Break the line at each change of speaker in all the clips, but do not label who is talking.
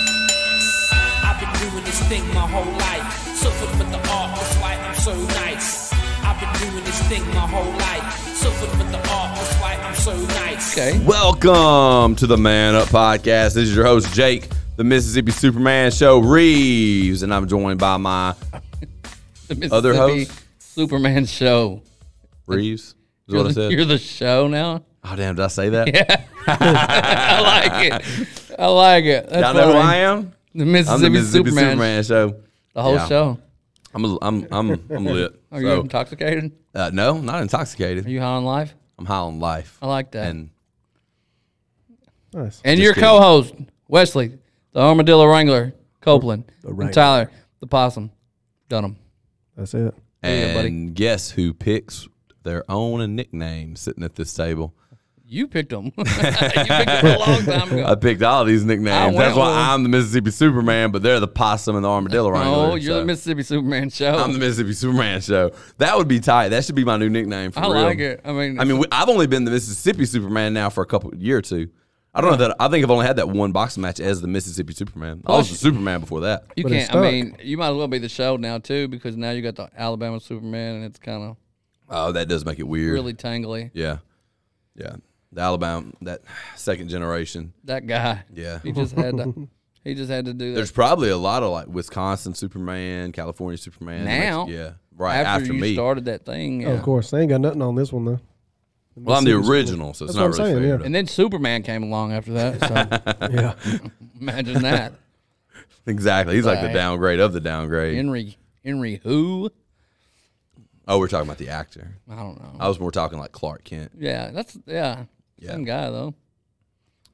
I've been doing this thing my whole life. Suffered for the art, that's why I'm so nice. I've been doing this thing my whole life. Suffered for the art, that's why I'm so nice.
Okay.
Welcome to the Man Up Podcast. This is your host, Jake, the Mississippi Superman Show Reeves, and I'm joined by my
The Mississippi
Other host?
Superman show.
Reeves. Is
You're
what I
the, you're
said.
the show now.
Oh damn! Did I say that? Yeah,
I like it. I like it. That's
Y'all know who
funny.
I am.
The Mississippi,
I'm the Mississippi
Superman.
Superman, Show.
The whole
Yeah.
show.
I'm a, I'm I'm I'm lit.
Are you
so,
intoxicated?
uh, no, not
Oh, Are
intoxicated.
you high on life?
I'm high on life.
I like that. And,
and
Nice.
your
kidding.
co-host Wesley, the armadillo wrangler Copeland, and
wrangler.
Tyler, the possum Dunham.
That's it.
you go, buddy.
and guess who picks their own nickname sitting at this table?
You picked them. you picked them a long time ago.
I picked all these
I
nicknames.
went
That's why
with 'em.
I'm the Mississippi Superman, but they're the possum and the armadillo.
Oh,
wrangler,
you're
so.
the Mississippi Superman show.
I'm the Mississippi Superman show. That would be tight. That should be my new nickname
I
for real.
like it. I mean,
I mean, we- I've only been the Mississippi Superman now for a couple year or two. I don't know that I think I've only had that one boxing match as the Mississippi Superman. I was the Superman before that.
you
but it's
can't. I
stuck.
mean, you might as well be the show now too, because now you got the Alabama Superman, and it's kind of
Oh, that does make it weird.
really tangly.
Yeah, yeah. The Alabama, that second generation.
That guy,
Yeah.
he just had to. He just had to do that.
There's probably a lot of like Wisconsin Superman, California Superman.
Now?
yeah, right after,
after, you
me.
started that thing,
Oh,
yeah.
of course. They ain't got nothing on this one though.
well, I'm the original, so it's
That's
not
what I'm
really
saying,
fair.
yeah.
and then Superman came along after that. So
Yeah.
imagine that,
Exactly. He's like the
Right.
downgrade of the downgrade.
Henry, Henry who?
oh, we're talking about the actor.
I don't know.
I was more talking like Clark Kent.
yeah, that's yeah,
Oh. Yeah.
same guy though,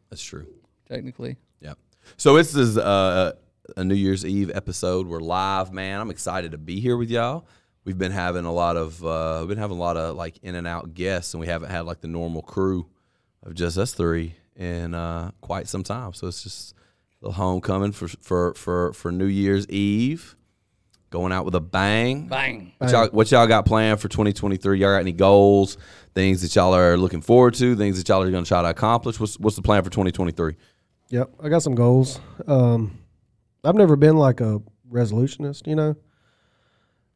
That's true.
technically.
Yeah. So this is uh, a New Year's Eve episode. We're live, man. I'm excited to be here with y'all. We've been having a lot of uh, we've been having a lot of like in and out guests, and we haven't had like the normal crew of just us three in uh, quite some time. So it's just a little homecoming for for for for New Year's Eve. Going out with a bang.
Bang.
What y'all, what y'all got planned for 2023? Y'all got any goals, things that y'all are looking forward to, things that y'all are going to try to accomplish? What's what's the plan for 2023?
Yep. I got some goals. Um, I've never been like a resolutionist. You know.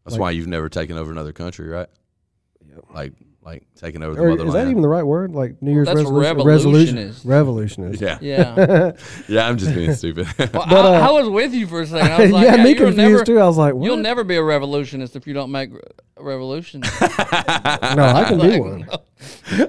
That's why you've never taken over another country, right? Like like taking over the
Or
motherland.
is that even the right word? Like New Year's
that's
resolution?
revolutionist.
Resolution- Revolutionist.
yeah. yeah.
Yeah. Well,
I'm just being stupid.
I, I was with you for a second. I was like,
uh, yeah, me
you'll
confused
never,
too. I was like, what?
You'll never be a revolutionist if you don't make a revolution. I
no, I can
was
be
like,
one.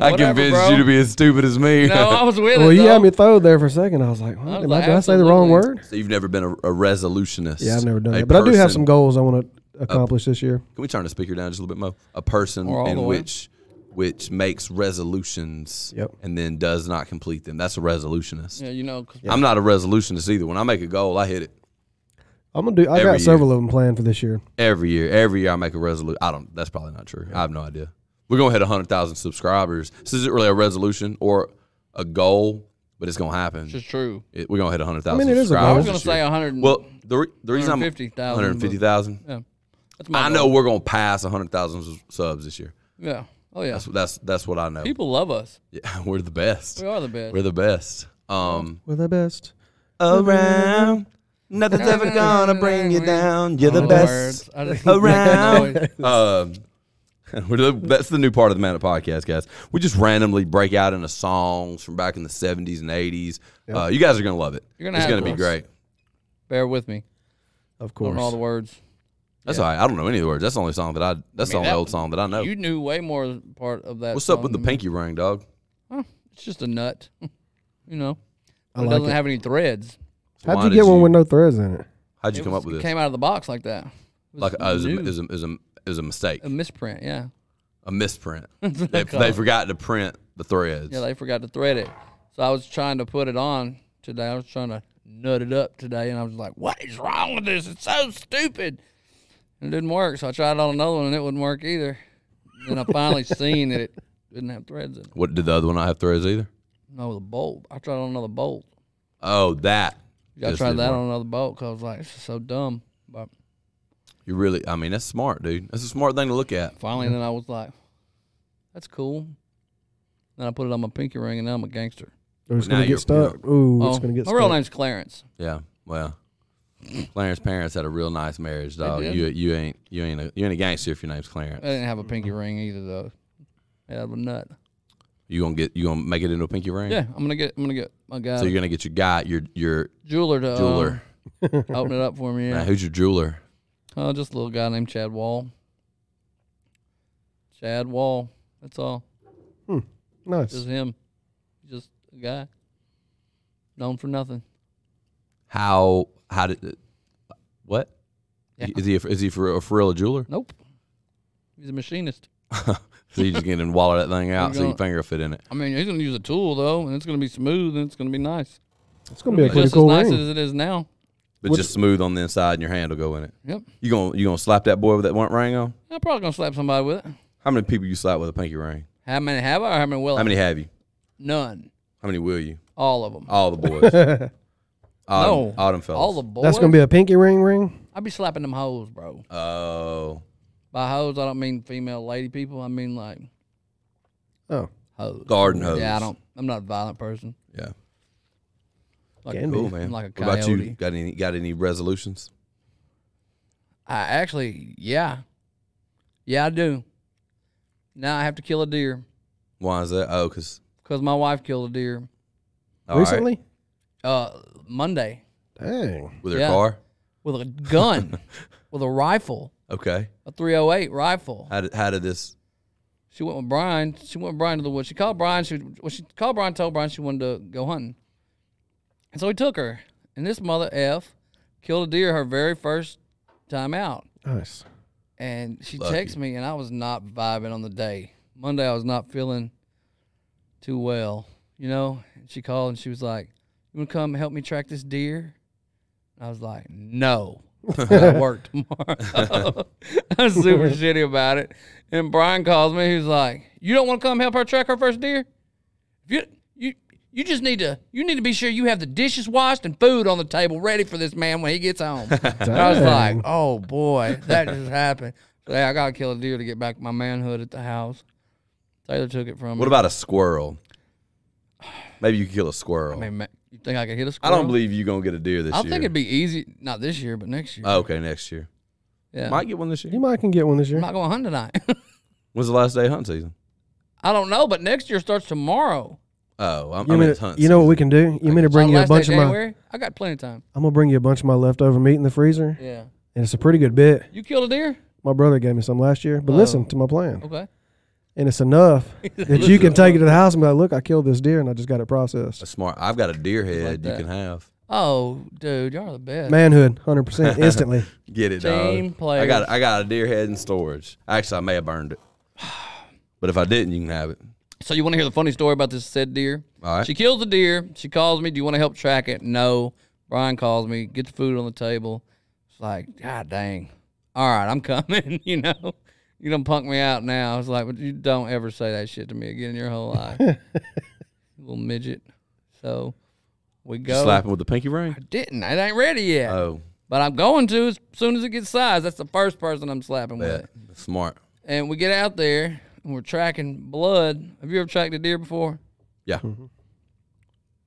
I
Whatever,
convinced
bro.
you to be as stupid as me.
No, I was with
Well,
it.
you had
though.
me throwed there for a second. I was like, what?
was
Am
like,
I, did I say the wrong
absolutely.
word?
so you've never been a, a resolutionist.
Yeah, I've never done
a
that. But I do have
person-
some goals I want to accomplish this year.
Can we turn the speaker down just a little bit more? A person
Or all the
in
way.
which which makes resolutions
Yep.
and then does not complete them. That's a resolutionist.
Yeah, you know, 'cause
I'm not a resolutionist either. When I make a goal, I hit it.
I'm gonna do. I
Every
got several of them planned for this year.
Every year, every year I make a resolution. I don't. That's probably not true. I have no idea. We're gonna hit hundred thousand subscribers. This isn't really a resolution or a goal, but it's gonna happen.
it's just true.
It- we're gonna hit hundred thousand.
I mean, it is a goal.
I
subscribers
was going to
this year.
say 100. and-
Well, the, re- the reason I'm
150,000, but-
hundred fifty thousand.
yeah. That's my
I
goal.
know we're gonna pass hundred thousand s- subs this year.
Yeah. Oh, yeah.
That's that's that's what I know.
People love us.
Yeah, we're the best.
We are the best.
We're the best. Um,
We're the best.
around. Nothing's ever gonna bring you down. You're the
Other
best.
words, I just-
around.
Noise.
um, we're the- that's the new part of the Man Up Podcast, guys. We just randomly break out into songs from back in the 70s and 80s. Uh, you guys are going to love it.
You're gonna
it's
have
going to
to.
be great.
Bear with me.
Of
on
course.
all the words.
That's all right. I don't know any of the words. That's the only song that I, that's the
mean,
only
that-
old song that I know.
You um, knew way more part of that.
What's up with the
song than me.
pinky ring, dog?
It's just a nut. you know,
I
it
like
doesn't
it.
have any threads.
Why
How'd you
did
get one with no threads in it?
How'd you
It
come
was-
up with
it
this?
Came out of the box like that. It was
Like, uh, it, was a,
new.
it, was a, it, was a, it was a mistake,
a misprint. Yeah,
a misprint. they, they forgot to print the threads.
uh, yeah. They forgot to thread it, so I was trying to put it on today. I was trying to nut it up today, and I was like, "What is wrong with this? It's so stupid." And it didn't work, so I tried on another one, and it wouldn't work either. Then I finally seen that it didn't have threads in it.
what did the other one not have threads either?
No, the bolt. I tried on another bolt.
Oh, that.
I
Just
tried
didn't
that
work.
on another bolt because I was like, "This is so dumb." But
You really, I mean, that's smart, dude. That's a smart thing to look at.
finally, then I was like, "That's cool." Then I put it on my pinky ring, and now I'm a gangster.
Or Oh, it's
Now
gonna
you're-
get stuck. Ooh, it's
Oh,
gonna get
my real
stuck.
name's Clarence.
Yeah. Well, Clarence parents had a real nice marriage, dog.
did.
You you ain't you ain't a, you ain't a gangster if your name's Clarence.
I didn't have a pinky ring either, though. Yeah, I'm a nut.
You gonna get you gonna make it into a pinky ring.
Yeah, I'm gonna get I'm gonna get my guy
So you're gonna get your guy your your
jeweler to um,
jeweler.
open it up for me.
Now,
Yeah.
who's your jeweler?
Oh, just a little guy named Chad Wall. Chad Wall. That's all.
Nice.
Just him. Just a guy. Known for nothing.
How how did what?
Yeah.
Is he a, is he for, for real a jeweler?
Nope. He's a machinist.
So you just get and wallet that thing out so
gonna-
your finger will fit in it.
I mean, he's gonna use a tool though, and it's gonna be smooth and it's gonna be nice.
It's gonna be a pretty
Just
cool
as nice
ring.
as it is now.
But
What-
just smooth on the inside and your hand will go in it.
Yep.
You gonna you gonna slap that boy with that one ring on?
I'm probably gonna slap somebody with it.
How many people you slap with a pinky ring?
How many have I? Or how many will? I?
How many have you?
None.
How many will you?
All of them.
All the boys. Autumn,
No.
autumn fellas.
All the boys.
That's gonna be a pinky ring ring.
I be slapping them hoes, bro.
Oh,
By hoes, I don't mean female lady people. I mean like
Oh,
hoes.
garden hose.
Yeah, I don't. I'm not a violent person.
Yeah,
Like,
Can be.
cool man.
I'm like a
What about you?
coyote.
Got any? Got any resolutions?
I actually, yeah, yeah, I do. Now I have to kill a deer
Why is that? Oh, because
because my wife killed a deer
recently?
uh, Monday
Dang.
with her
Yeah.
car.
with a gun, with a rifle,
Okay.
a 308 rifle.
How did how did this?
She went with Brian. She went with Brian to the woods. She called Brian. She well, she called Brian. Told Brian she wanted to go hunting, and so he took her. And this mother f killed a deer her very first time out.
Nice.
And she texted me, and I was not vibing on the day. Monday, I was not feeling too well, you know. And she called, and she was like, "You want to come help me track this deer?" I was like, "No." I got work tomorrow. I was super shitty about it. And Brian calls me. He's like, "You don't want to come help her track her first deer? If you you you just need to you need to be sure you have the dishes washed and food on the table ready for this man when he gets home." And I was like, oh boy, that just happened. So, yeah, I gotta kill a deer to get back my manhood at the house. Taylor took it from me.
What about a squirrel? Maybe you could kill a squirrel. I,
I mean, ma- you think I could hit a
don't
squirrel?
believe you gonna get a deer this
I
year.
think it'd be easy, not this year, but next year.
oh, okay, next year.
yeah,
Might get one this year.
You might can get one this
I'm
year.
not going hunting tonight.
When's the last day of hunt season?
I don't know, but next year starts tomorrow.
Oh, I'm, I
You,
mean
mean,
it's hunt.
you know what we can do? You mean to bring
Like,
you a
last day
bunch of my?
January. I got plenty of time.
I'm gonna bring you a bunch of my leftover meat in the freezer,
Yeah,
and it's a pretty good bit.
you killed a deer.
My brother gave me some last year,
Oh.
but listen to my plan,
Okay,
and it's enough that you can take it to the house and be like, "Look, I killed this deer, and I just got it
A
processed."
smart. I've got a deer head. you
that.
can have.
Oh, dude, y'all are the best.
Manhood, hundred percent, instantly.
Get it,
Team
dog. I got
players.
I got a deer head in storage. Actually, I may have burned it, but if I didn't, you can have it.
So you want to hear the funny story about this said deer?
All right.
She kills the deer. She calls me. Do you want to help track it? No. Brian calls me. Gets food on the table. It's like, God dang. All right, I'm coming. you know, you don't punk me out now. It's like, but you don't ever say that shit to me again in your whole life, You little midget. So we go.
Slap him with the pinky ring.
Didn't it ain't ready yet,
Oh,
but I'm going to as soon as it gets sized. That's the first person I'm slapping with
bet.
it.
Smart.
And we get out there and we're tracking blood. Have you ever tracked a deer before?
Yeah.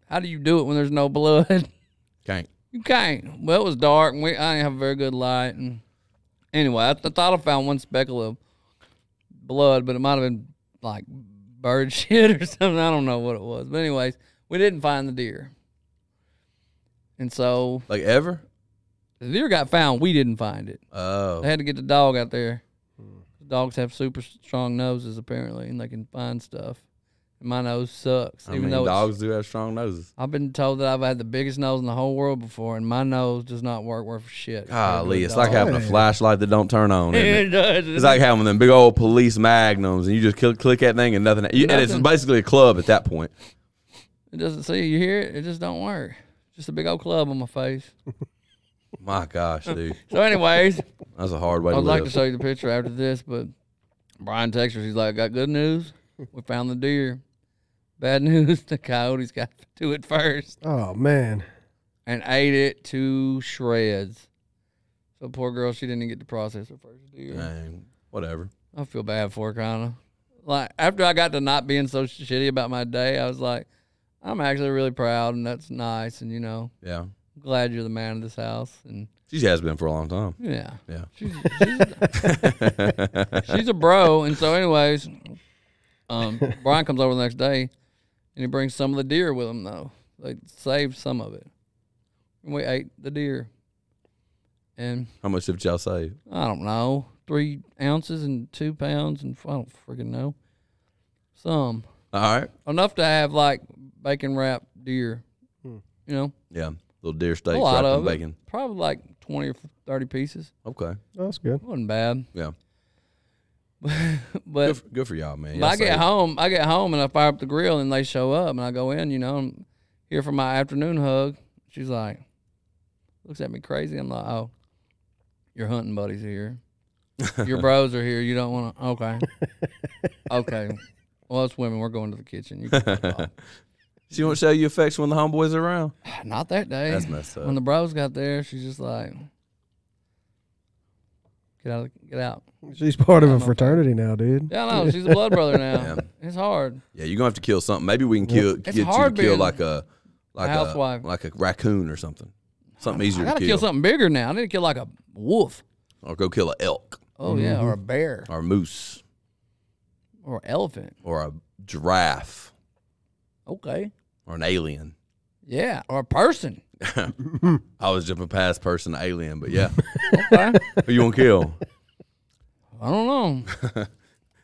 How do you do it when there's no blood?
Can't.
You can't. Well, it was dark, and we I didn't have a very good light. And anyway, I, th- thought I found one speckle of blood, but it might have been like bird shit or something. I don't know what it was. But anyways, we didn't find the deer, and so
Like ever?
the deer got found. We didn't find it. They
Oh,
had to get the dog out there. Dogs have super strong noses apparently, and they can find stuff. And my nose sucks,
I
even
mean,
though it's-
dogs do have strong noses.
I've been told that I've had the biggest nose in the whole world before, and my nose does not work worth a shit.
Golly,
It
it's
really
like having a
Hey.
flashlight that don't turn on.
don't.
Isn't it?
It does.
It's like having them big old police magnums, and you just click, click that thing, and nothing. You, And it's
Nothing.
basically a club at that point.
It doesn't see. You hear it. It just don't work. Just a big old club on my face.
My gosh, dude,
So, anyways,
that's a hard way to
I'd like
live.
to show you the picture after this, but Brian texts her. He's like, "Got good news. We found the deer. Bad news. The coyotes got to it first
Oh man,
and ate it to shreds." So poor girl, she didn't get to process her first deer.
Dang, whatever.
I feel bad for her, kinda. like after I got to not being so shitty about my day, I was like, I'm actually really proud and that's nice and you know,
Yeah.
glad you're the man of this house and
She has been for a long time.
yeah.
Yeah.
She's, she's- she's a bro. And so anyways, um Brian comes over the next day and he brings some of the deer with him though. They saved some of it. And we ate the deer. And
How much did y'all save?
I don't know, three ounces and two pounds, and f- I don't freaking know. Some
All right.
enough to have like bacon wrapped deer, you know,
Yeah. Little deer steak
a lot
wrapped in
of it.
bacon.
probably like twenty or thirty pieces.
Okay.
That's good.
wasn't bad,
Yeah.
but
Good for, good for y'all,
but
man. Y'all
I get
saved.
home, I get home, and I fire up the grill, and they show up, and I go in, you know, and here for my afternoon hug. She's like, looks at me crazy. I'm like, oh, your hunting buddies here. Your bros are here. You don't want to. Okay. Okay. Well, it's women. We're going to the kitchen. You can fuck off.
She won't show you affection when the homeboys are around.
Not that day.
That's messed up.
When the bros got there, she's just like, get out. Get out.
She's part of a fraternity now, dude.
Yeah, no, she's a blood brother now.
Yeah.
It's hard.
Yeah, you're gonna have to kill something. Maybe we can kill get you to
hard
kill
being
like a like a,
housewife.
like a raccoon or something. Something easier
I gotta
to
kill.
kill.
something bigger now. I need to kill like a wolf.
or go kill a elk
Oh yeah,
Mm-hmm.
or a bear
or a moose
or elephant.
or a giraffe
Okay.
or an alien.
Yeah, or a person.
I was jumping past person to alien, but yeah.
Okay.
Who you gonna kill?
I don't know.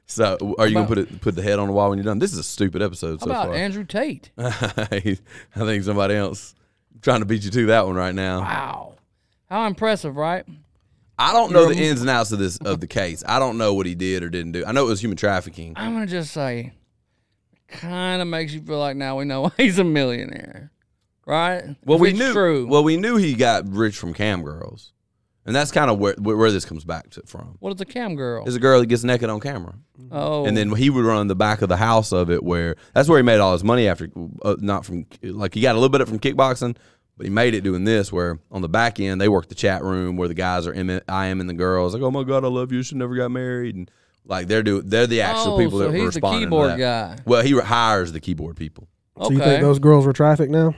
So are you gonna put it put the head on the wall when you're done? This is a stupid episode
How
so
about
far.
Andrew Tate?
I think somebody else trying to beat you to that one right now.
Wow. How impressive, right?
I don't know the ins and outs of this of the case. I don't know what he did or didn't do. I know it was human trafficking.
I'm gonna just say, kind of makes you feel like now we know why he's a millionaire, right?
Well,
If
we
it's
knew.
True.
Well, we knew he got rich from cam girls, and that's kind of where where this comes back to from.
what is a cam girl?
Is a girl that gets naked on camera,
oh,
and then he would run the back of the house of it. Where that's where he made all his money after, uh, not from like he got a little bit of it from kickboxing, but he made it doing this. Where on the back end they work the chat room where the guys are M- I am and the girls like, oh my god, I love you. You should never got married, and like they're do they're the actual
Oh,
people
so
that
he's
were
the
responding.
keyboard
to
guy.
that. Well, he hires the keyboard people.
So
okay.
you think those girls were trafficked now?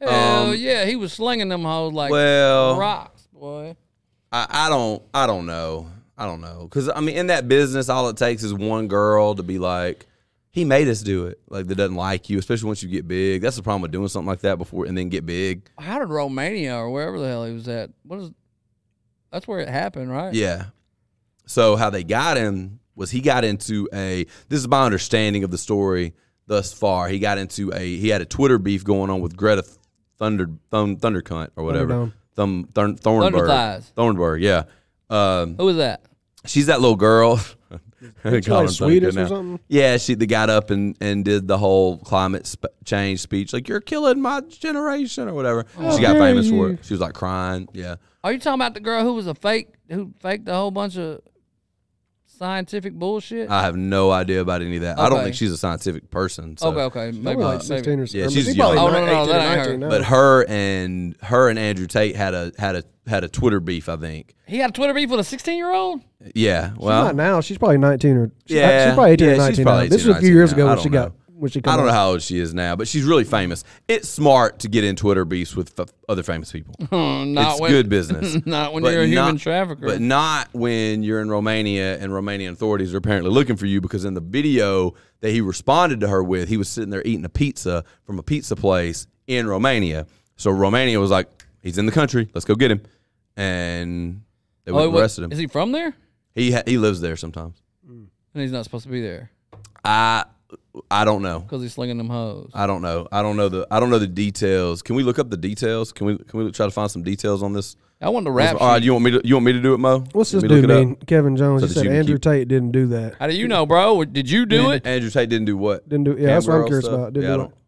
Hell yeah, he was slinging them hoes like
um, Well,
rocks, boy.
I, I don't I don't know. I don't know. Cause I mean in that business all it takes is one girl to be like, he made us do it. Like that doesn't like you, especially once you get big. That's the problem with doing something like that before and then get big.
How did Romania or wherever the hell he was at? What is? That's where it happened, right?
Yeah. So how they got him was he got into a this is my understanding of the story thus far. He got into a he had a Twitter beef going on with Greta Thunder Thun Thundercunt or whatever.
Thunderdome.
Thum, Thorn, Thornburg.
Thunderthighs.
Thornburg, yeah. Um,
Who was that?
she's that little girl. Call
she like
her
Swedish
Thundercat
or something?
Yeah, she that got up and, and did the whole climate sp- change speech, like you're killing my generation or whatever. she got
Oh, dare
famous for
you.
it. She was like crying. Yeah,
Are you talking about the girl who was a fake, who faked a whole bunch of scientific bullshit?
I have no idea about any of that. I don't
Okay.
think she's a scientific person. So.
okay, okay, maybe,
Probably like
maybe.
sixteen or something.
Yeah, she's
She's probably
young. Oh,
not
no, no,
18
that ain't
or
her.
19 now.
But her and her and Andrew Tate had a had a had a Twitter beef, I think.
He had a Twitter beef with a sixteen-year-old.
Yeah.
She's
Well,
not now. She's probably nineteen or she-
Yeah,
She's probably eighteen
yeah,
or
she's
nineteen.
probably
now. This
18 or
was a few years
19 now.
ago
I
when she
don't
got
know.
when she came.
I don't
out.
know how old she is now, but she's really famous. It's smart to get in Twitter beefs with f- other famous people.
Hmm, not
it's
when-
good business.
Not when
But
you're a human
not-
trafficker.
But not when you're in Romania and Romanian authorities are apparently looking for you because in the video that he responded to her with, he was sitting there eating a pizza from a pizza place in Romania. So Romania was like, he's in the country. Let's go get him. And they went
Oh,
and
wait,
arrested
Is
him.
he from there?
He, ha- he lives there sometimes.
And he's not supposed to be there
I I don't know.
because he's slinging them hoes.
I don't know. I don't know the I don't know the details. Can we look up the details? Can we can we try to find some details on this?
I want to rap.
All right, you want me to you want me to do it, Mo?
What's
You want
this
me to
dude
look it up?
mean? Kevin Jones.
So
he
that you
said
can
Andrew
keep-
Tate didn't do that.
How do you know, bro? Did you do it?
Andrew Tate didn't do what?
Didn't do. Yeah, that's what I'm
Camgirl
curious
stuff?
about. Didn't
Yeah, I
do
don't-
it.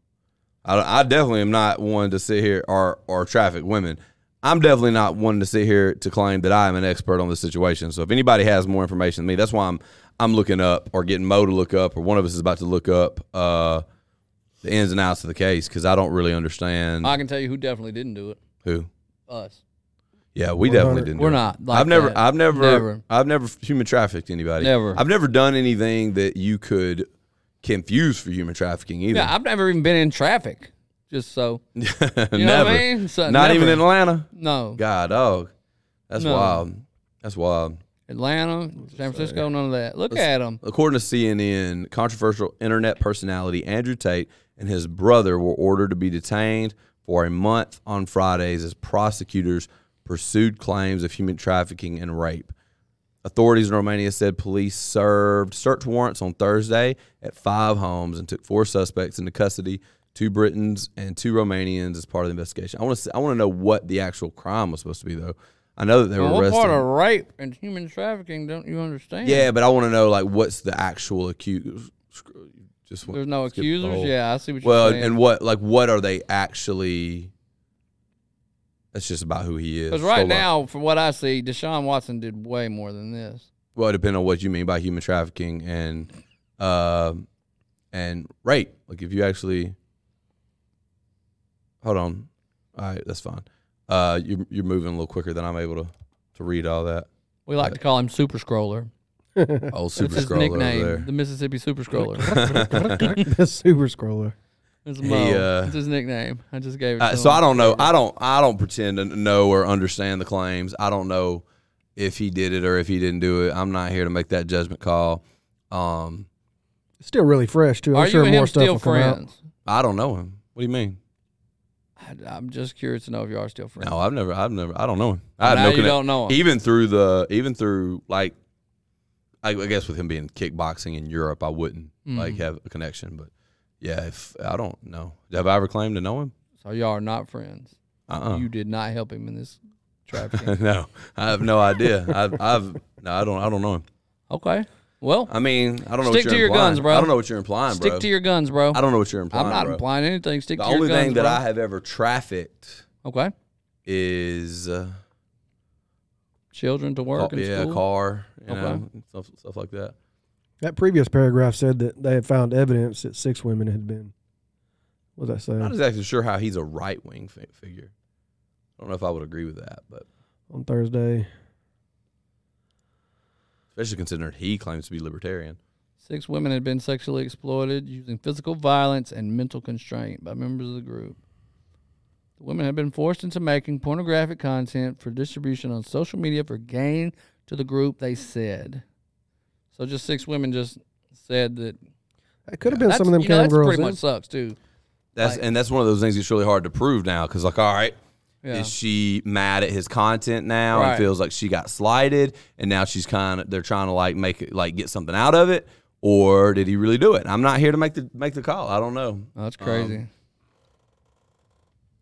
I, don't- I definitely am not one to sit here or or traffic women. I'm definitely not one to sit here to claim that I am an expert on this situation. So if anybody has more information than me, that's why I'm I'm looking up or getting Mo to look up or one of us is about to look up uh, the ins and outs of the case because I don't really understand
I can tell you who definitely didn't do it.
who.
Us.
Yeah, we definitely
100.
didn't. do
We're
it.
not like
I've never,
that.
I've never,
Never.
I've never human trafficked anybody.
Never.
I've never done anything that you could confuse for human trafficking either.
Yeah, I've never even been in traffic. Just so
never.
you know what I mean. So,
Not even in
never.
Atlanta.
no
God, oh, that's
No.
wild. That's wild.
Atlanta, San Francisco, none of that. Look at 'em. at them.
According to CNN, controversial internet personality Andrew Tate and his brother were ordered to be detained for a month on Fridays as prosecutors pursued claims of human trafficking and rape. Authorities in Romania said police served search warrants on Thursday at five homes and took four suspects into custody, two Britons and two Romanians as part of the investigation. I want to I want to know what the actual crime was supposed to be though. I know that they were
Uh, what
arrested.
part of rape and human trafficking don't you understand?
Yeah, but I want to know like what's the actual accused? Just want-
There's no
skip the
accusers.
whole-
Yeah, I see what
Well,
you're saying.
and what like what are they actually? That's just about who he is.
Because right
Hold on.
now, from what I see, Deshaun Watson did way more than this.
well, depending on what you mean by human trafficking and um and rape. Like if you actually, hold on, all right, that's fine. Uh, you're you're moving a little quicker than I'm able to to read all that.
We like to call him Super Scroller.
Old
That's
super
his
Uh, scroller over
nickname,
there. uh,
the Mississippi Super Scroller.
the super scroller.
It's
He,
Mo.
uh,
It's his nickname. I just gave it.
Uh,
to
so
him.
I don't know. I don't. I don't pretend to know or understand the claims. I don't know if he did it or if he didn't do it. I'm not here to make that judgment call. Um,
It's still really fresh too. I'm
Are you
sure
and
more
him
stuff
still
will come out.
friends?
I don't know him. What do you mean?
I, I'm just curious to know if you are still friends.
No, I've never. I've never. I don't know him. I have
now
no
you
connect-
don't know him.
Even through the. Even through like. I, I guess with him being kickboxing in Europe, I wouldn't
Mm-hmm.
like have a connection. But yeah, if I don't know, have I ever claimed to know him?
So y'all are not friends.
Uh-uh.
You did not help him in this trafficking.
no, I have no idea. I've, I've no, I don't. I don't know him.
okay. Well,
I mean, I don't know.
Stick to
what you're
your
implying.
guns, bro.
I don't know what you're implying,
stick
bro.
to your guns, bro.
I don't know what you're implying.
I'm not
bro.
implying anything. Stick
The
to your
only
guns,
thing that
bro.
I have ever trafficked
Okay.
is, uh,
Children to work
ca-
and
yeah,
school.
car, you
Okay.
know, stuff, stuff like that.
That previous paragraph said that they had found evidence that six women had been. What was I
I'm not
saying?
exactly sure how he's a right wing fi- figure. I don't know if I would agree with that, but
On Thursday,
especially considering he claims to be libertarian.
Six women had been sexually exploited using physical violence and mental constraint by members of the group. The women had been forced into making pornographic content for distribution on social media for gain to the group, they said. So just six women just said that.
it could have been some of them
you know,
cam
that's
girls.
pretty
in.
much sucks, too.
That's
Like-
and that's one of those things that's really hard to prove now because like, all right,
Yeah.
is she mad at his content now
Right.
and feels like she got slighted and now she's kind of they're trying to like make it like get something out of it or did he really do it? I'm not here to make the make the call. I don't know.
Oh, that's crazy.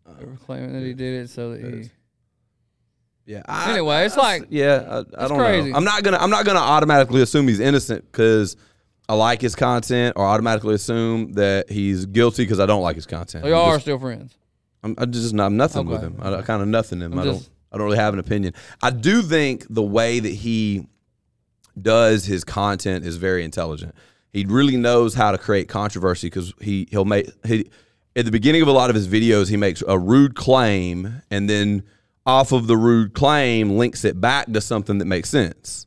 Um,
they were claiming that he did it so that he.
Yeah. I,
Anyway, it's like
yeah, I, I
It's
don't
crazy.
know. I'm not gonna I'm not gonna automatically assume he's innocent because I like his content or automatically assume that he's guilty because I don't like his content.
they
I'm
are
just-
still friends.
I'm, I just I'm nothing with
Okay.
him. I, I kind of nothing him.
I'm
I
just-
don't I don't really have an opinion. I do think the way that he does his content is very intelligent. He really knows how to create controversy because he he'll make he at the beginning of a lot of his videos he makes a rude claim and then off of the rude claim links it back to something that makes sense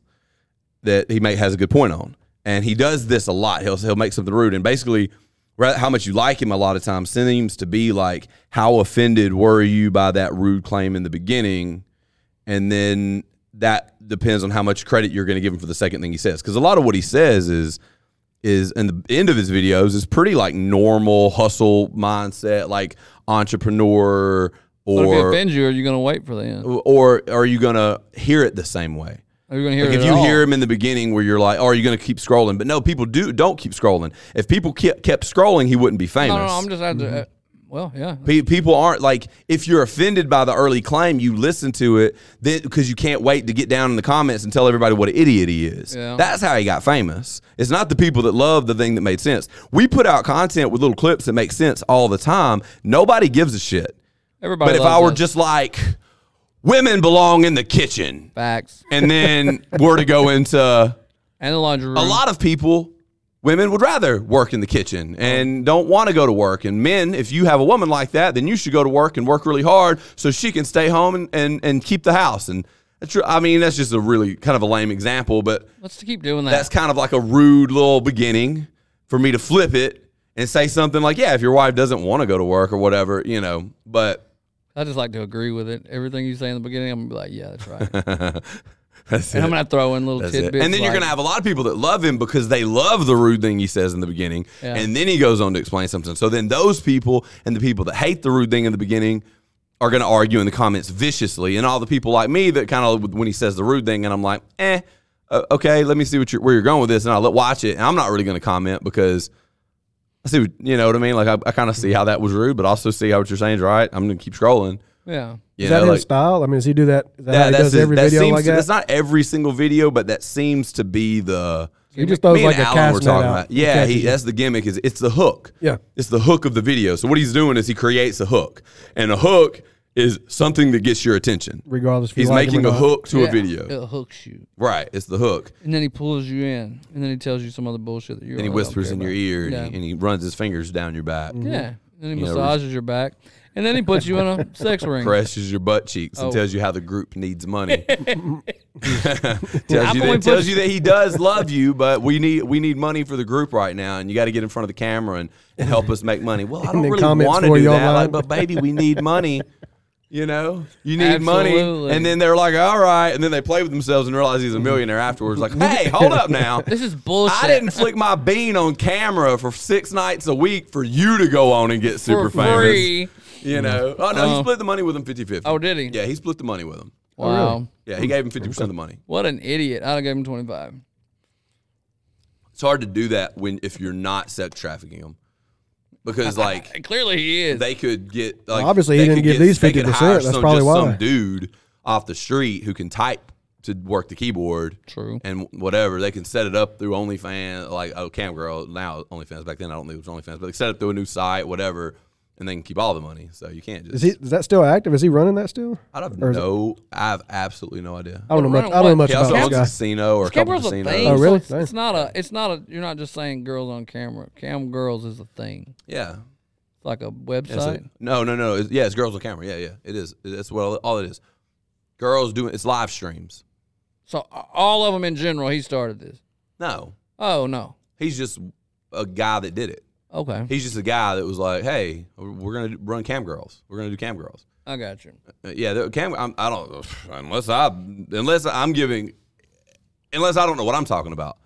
that he make has a good point on, and he does this a lot. He'll he'll make something rude, and basically, ra- how much you like him a lot of times seems to be like how offended were you by that rude claim in the beginning, and then that depends on how much credit you're going to give him for the second thing he says. Because a lot of what he says is is in the end of his videos is pretty like normal hustle mindset, like entrepreneur
But if it
or.
offends you, are you going to wait for the end?
Or are you gonna hear it the same way?
Are you going to hear
Like
it
if
at
you
all?
hear him in the beginning where you're like, oh, "Are you going to keep scrolling?" But no, people do don't keep scrolling. If people kept, kept scrolling, he wouldn't be famous.
No, no, no, I'm just. I, uh, well, yeah.
Pe- people aren't like if you're offended by the early claim, you listen to it then because you can't wait to get down in the comments and tell everybody what an idiot he is.
Yeah.
That's how he got famous. It's not the people that love the thing that made sense. We put out content with little clips that make sense all the time. Nobody gives a shit.
Everybody.
but if
loves
I were
us.
just like, women belong in the kitchen,
facts
and then were to go into
and the laundry room,
a lot of people women would rather work in the kitchen and don't want to go to work. And men, if you have a woman like that, then you should go to work and work really hard so she can stay home and, and, and keep the house. And that's, re- I mean, that's just a really kind of a lame example, but
Let's keep doing that.
that's kind of like a rude little beginning for me to flip it and say something like, yeah, if your wife doesn't want to go to work or whatever, you know, but
I just like to agree with it. Everything you say in the beginning, I'm gonna be like, yeah, that's right. and
that's
I'm
it.
gonna throw in little
That's it.
tidbits.
And then you're
like-
going to have a lot of people that love him because they love the rude thing he says in the beginning.
Yeah.
And then he goes on to explain something. So then those people and the people that hate the rude thing in the beginning are going to argue in the comments viciously. And all the people like me that kind of, when he says the rude thing, and I'm like, eh, uh, okay, let me see what you're, where you're going with this. And I'll let, watch it. And I'm not really going to comment because I see, what, you know what I mean? Like, I, I kind of see how that was rude, but also see how what you're saying is right. I'm going to keep scrolling.
yeah.
You
Is
know,
that
like-
his style? I mean, does he do that? Is that how he
that's
does
it.
every
that
video
seems
like
to-
that?
that's not every single video, but that seems to be the.
he just throws
me
like a
and Alan were
cast net out.
talking about. Yeah, he, that's the gimmick. Is it's the hook.
Yeah.
it's the hook of the video. So what he's doing is he creates a hook, and a hook is something that gets your attention.
Regardless if you
He's
like him
making
or
a
not.
hook to a
Yeah,
video.
It hooks you,
Right, it's the hook.
and then he pulls you in, and then he tells you some other bullshit that you're.
Oh,
And he whispers in your ear, and, he, and he runs his fingers down your back,
Mm-hmm.
Yeah. And then he
You know,
massages your back, and then he puts you in a sex ring.
caresses your butt cheeks, and
Oh.
tells you how the group needs money. tells
I've
you
only
that, tells
pushed-
you that he does love you, but we need we need money for the group right now, and you got to get in front of the camera and, and help us make money. Well, I don't
then
really
comments
want to
for
do
you
that, like,
online.
but baby, we need money. You know, you need
Absolutely.
money, and then they're like, "All right," and then they play with themselves and realize he's a millionaire afterwards. Like, hey, hold up now.
This is bullshit.
I didn't flick my bean on camera for six nights a week for you to go on and get super
for
famous.
free.
You know? Oh, no, he
Oh.
Uh,
split the money with him 50 50.
Oh, did he?
Yeah, he split the money with him.
Wow.
Yeah, he gave him 50% of the money.
What an idiot! I'd have gave him twenty five.
It's hard to do that when if you're not sex trafficking them. Because, like,
Clearly he is.
they could get. Like,
obviously he
they
didn't
could
give these
they could
50%,
hire
that's probably
just
why.
some dude off the street who can type to work the keyboard.
True.
And whatever. They can set it up through OnlyFans, like, oh, Camgirl, now OnlyFans. Back then, I don't think it was OnlyFans, but they set it through a new site, whatever, and they can keep all the money. So you can't just.
Is he? Is that still active? Is he running that still?
I have
Or is it-
no. I have absolutely no idea.
I don't know
Running
much. I don't know
what?
much
He also
about
owns a
this
casino or a couple
Camera's a
casinos.
thing.
Oh,
so
really?
it's, it's not a. It's not a. You're not just saying girls on camera. Cam girls is a thing.
Yeah.
It's like a
It's
website.
like- no, no, no. It's, yeah, it's girls on camera. Yeah, yeah. It is. That's what all, all it is. Girls doing it's live streams.
so a- all of them in general, he started this.
No,
Oh no.
he's just a guy that did it.
Okay,
He's just a guy that was like, hey, we're gonna do- run cam girls. We're gonna do cam girls.
I got you.
Uh, yeah, the cam. I'm, I don't unless I unless I'm giving unless I don't know what I'm talking about.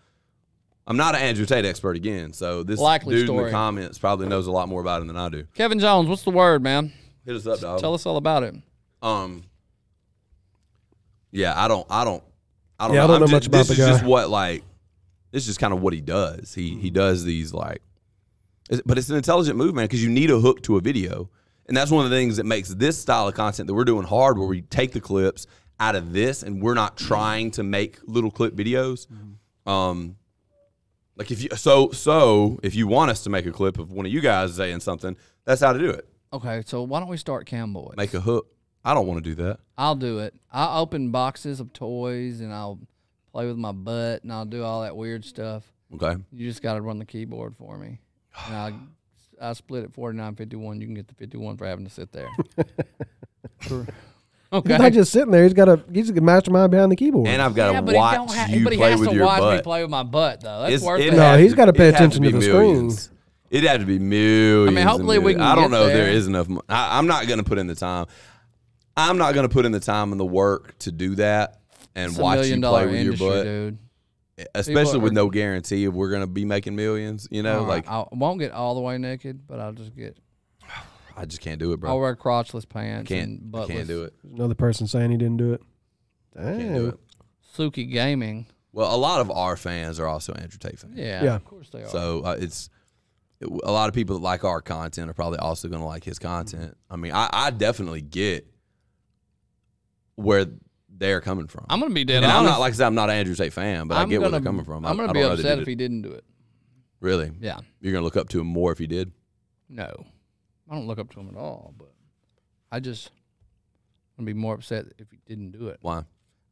I'm not an Andrew Tate expert again, so this
Likely
dude in
story.
the comments probably knows a lot more about him than I do.
Kevin Jones, what's the word, man?
Hit us up, dog.
Tell us all about it.
Um. Yeah, I don't. I don't. I don't.
Yeah, I
know.
don't
I'm
know
ju-
much about
this
the
is just
guy. Mm-hmm.
what like. This is just kind of what he does. He he does these like, it's- but it's an intelligent move, man, because you need a hook to a video, and that's one of the things that makes this style of content that we're doing hard, where we take the clips out of this, and we're not
Mm-hmm.
trying to make little clip videos. Um, like if you so so if you want us to make a clip of one of you guys saying something, that's how to do it.
Okay, so why don't we start Camboy?
Make a hook. I don't want to do that.
I'll do it. I'll open boxes of toys and I'll play with my butt and I'll do all that weird stuff.
Okay.
You just got to run the keyboard for me. And I, I split it 49 51. You can get the 51 for having to sit there.
He's
okay.
not just sitting there. He's got a. He's a mastermind behind the keyboard.
And I've got
yeah,
to
but he,
watch
don't ha-
you
but he
play
has
with
to
your
watch me
butt.
play with my butt, though. That's
It's-
worth
it'd
it.
No,
have
he's gotta pay
it'd have
attention to
be
the
millions.
screen.
It'd have to be millions. and
hopefully we
millions.
can
I
get
don't know if there
there.
is enough. mo- I, I'm not going to put in the time. I'm not going to put in the time and the work to do that and
It's a
watch you
million dollar
play with your
industry,
butt,
dude.
especially
People
with
are-
no guarantee of we're going to be making millions. You know,
All right,
like
I'll- I won't get all the way naked, but I'll just get.
I just can't do it,
I'll
bro.
wear crotchless pants
Can't
and
I
buttless.
can't do it.
Another person saying he didn't do it. Dang.
Can't do it.
Suki Gaming.
Well, a lot of our fans are also Andrew Tate fans.
Yeah,
Yeah.
of course they are.
So uh, it's it- a lot of people that like our content are probably also going to like his content.
Mm-hmm.
I mean, I, I definitely get where they're coming from.
I'm gonna be dead
and I'm
honest.
not like I said, I'm not an Andrew Tate fan, but i
I'm
get
gonna,
where they're coming from. I-
I'm gonna
I
be
don't know that
upset
did
if he didn't do it.
really.
Yeah.
You're going to look up to him more if he did.
No, I don't look up to him at all. But I just would be more upset if he didn't do it.
Why?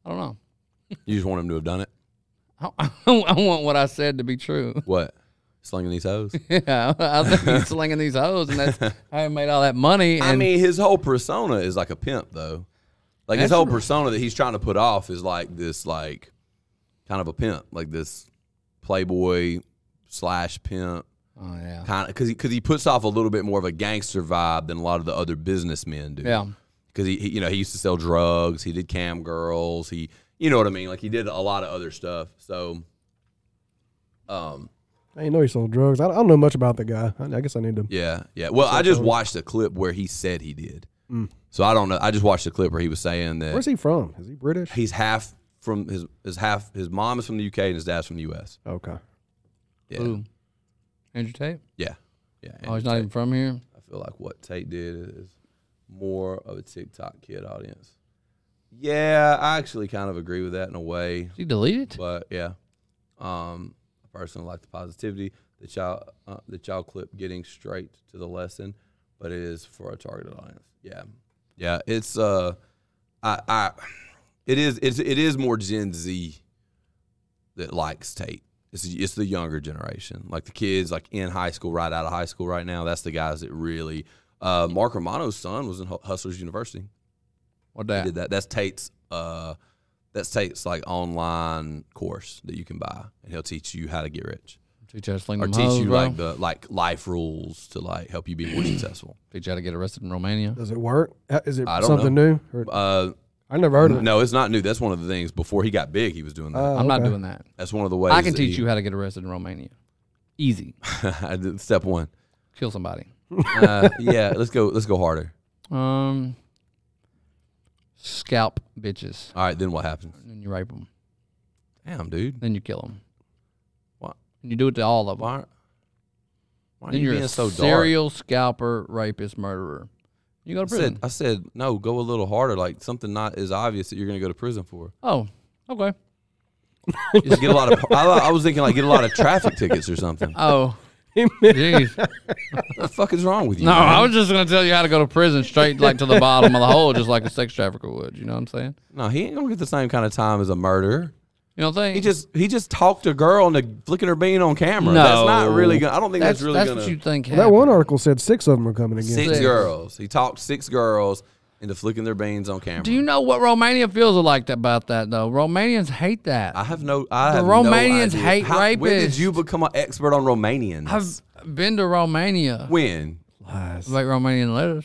I don't know.
You just want him to have done it.
I, I want what I said to be true.
What? slinging these hoes.
Yeah, I think he's slinging these hoes, and that's how he made all that money. And
I mean, his whole persona is like a pimp, though. Like his
That's
whole
right.
persona that he's trying to put off is like this, like kind of a pimp, like this playboy slash pimp
oh yeah,
kind of because he, 'cause he puts off a little bit more of a gangster vibe than a lot of the other businessmen do.
yeah,
because he, he, you know, he used to sell drugs. He did cam girls. He, you know what I mean? Like he did a lot of other stuff. So, um,
I didn't know he sold drugs. I don't, I don't know much about the guy. I, I guess I need to.
yeah, yeah. Well, I just watched a clip where he said he did.
Mm.
So I don't know. I just watched a clip where he was saying that
Where's he from? Is he British?
he's half from his his half his mom is from the UK and his dad's from the US.
Okay.
Yeah,
Ooh. Andrew Tate.
yeah, yeah. And
Oh, he's not even from here.
I feel like what Tate did is more of a TikTok kid audience. Yeah, I actually kind of agree with that in a way.
Did he delete it?
But yeah, um, I personally like the positivity that y'all uh, that y'all clip getting straight to the lesson, but it is for a targeted audience. Yeah, yeah, it's uh, I, I, it is it's it is more Gen Z that likes Tate. It's it's the younger generation, like the kids like in high school, right out of high school, right now. That's the guys that really. Uh, Mark Romano's son was in Hu- Hustlers University
What
that
that?
did that. That's Tate's. Uh, that's Tate's like online course that you can buy, and he'll teach you how to get rich
Teach you how to sling
or
them
teach
hoes,
you
Mm-hmm. bro.
like the like life rules to like help you be more successful.
teach you how to get arrested in Romania.
Does it work? Ha- Is it
I don't
something new? Or,
Uh,
I never heard of it.
no, it's not new. That's one of the things. Before he got big, he was doing that.
Oh,
I'm not
okay.
doing that.
that's one of the ways.
Uh, I can
that
teach
he-
you how to get arrested in Romania. Easy.
I did Step one.
Kill somebody.
Uh, yeah, let's go. Let's go harder.
Um, scalp bitches.
All right, then what happens?
And then you rape them.
Damn, dude.
Then you kill them.
Why-
And you do it to all of them.
Why? Why are
then
you
you're
being
a
so dark?
serial scalper, rapist, murderer. You go
I
to prison.
said, I said, no, go a little harder. Like something not as obvious that you're going to go to prison for.
oh, okay.
Just get a lot of. I, I was thinking like get a lot of traffic tickets or something.
Oh, jeez.
What the fuck is wrong with you?
No,
man?
I was just gonna tell you how to go to prison straight like to the bottom of the hole, just like a sex trafficker would. You know what I'm saying?
no, he ain't gonna get the same kind of time as a murderer.
You know what I'm saying?
He just he just talked a girl into flicking her bean on camera. that's not really gonna. I don't think that's, really
that's
gonna.
what you think.
Well, that one
happened.
article said six of them are coming again.
six
Six.
girls. He talked six girls into flicking their beans on camera.
Do you know what Romania feels like about that though? Romanians hate that.
I have no. I
The
have no
Romanians
idea.
hate
How- When did
rapists.
you become an expert on Romanians?
I've been to Romania.
when?
Like Romanian letters.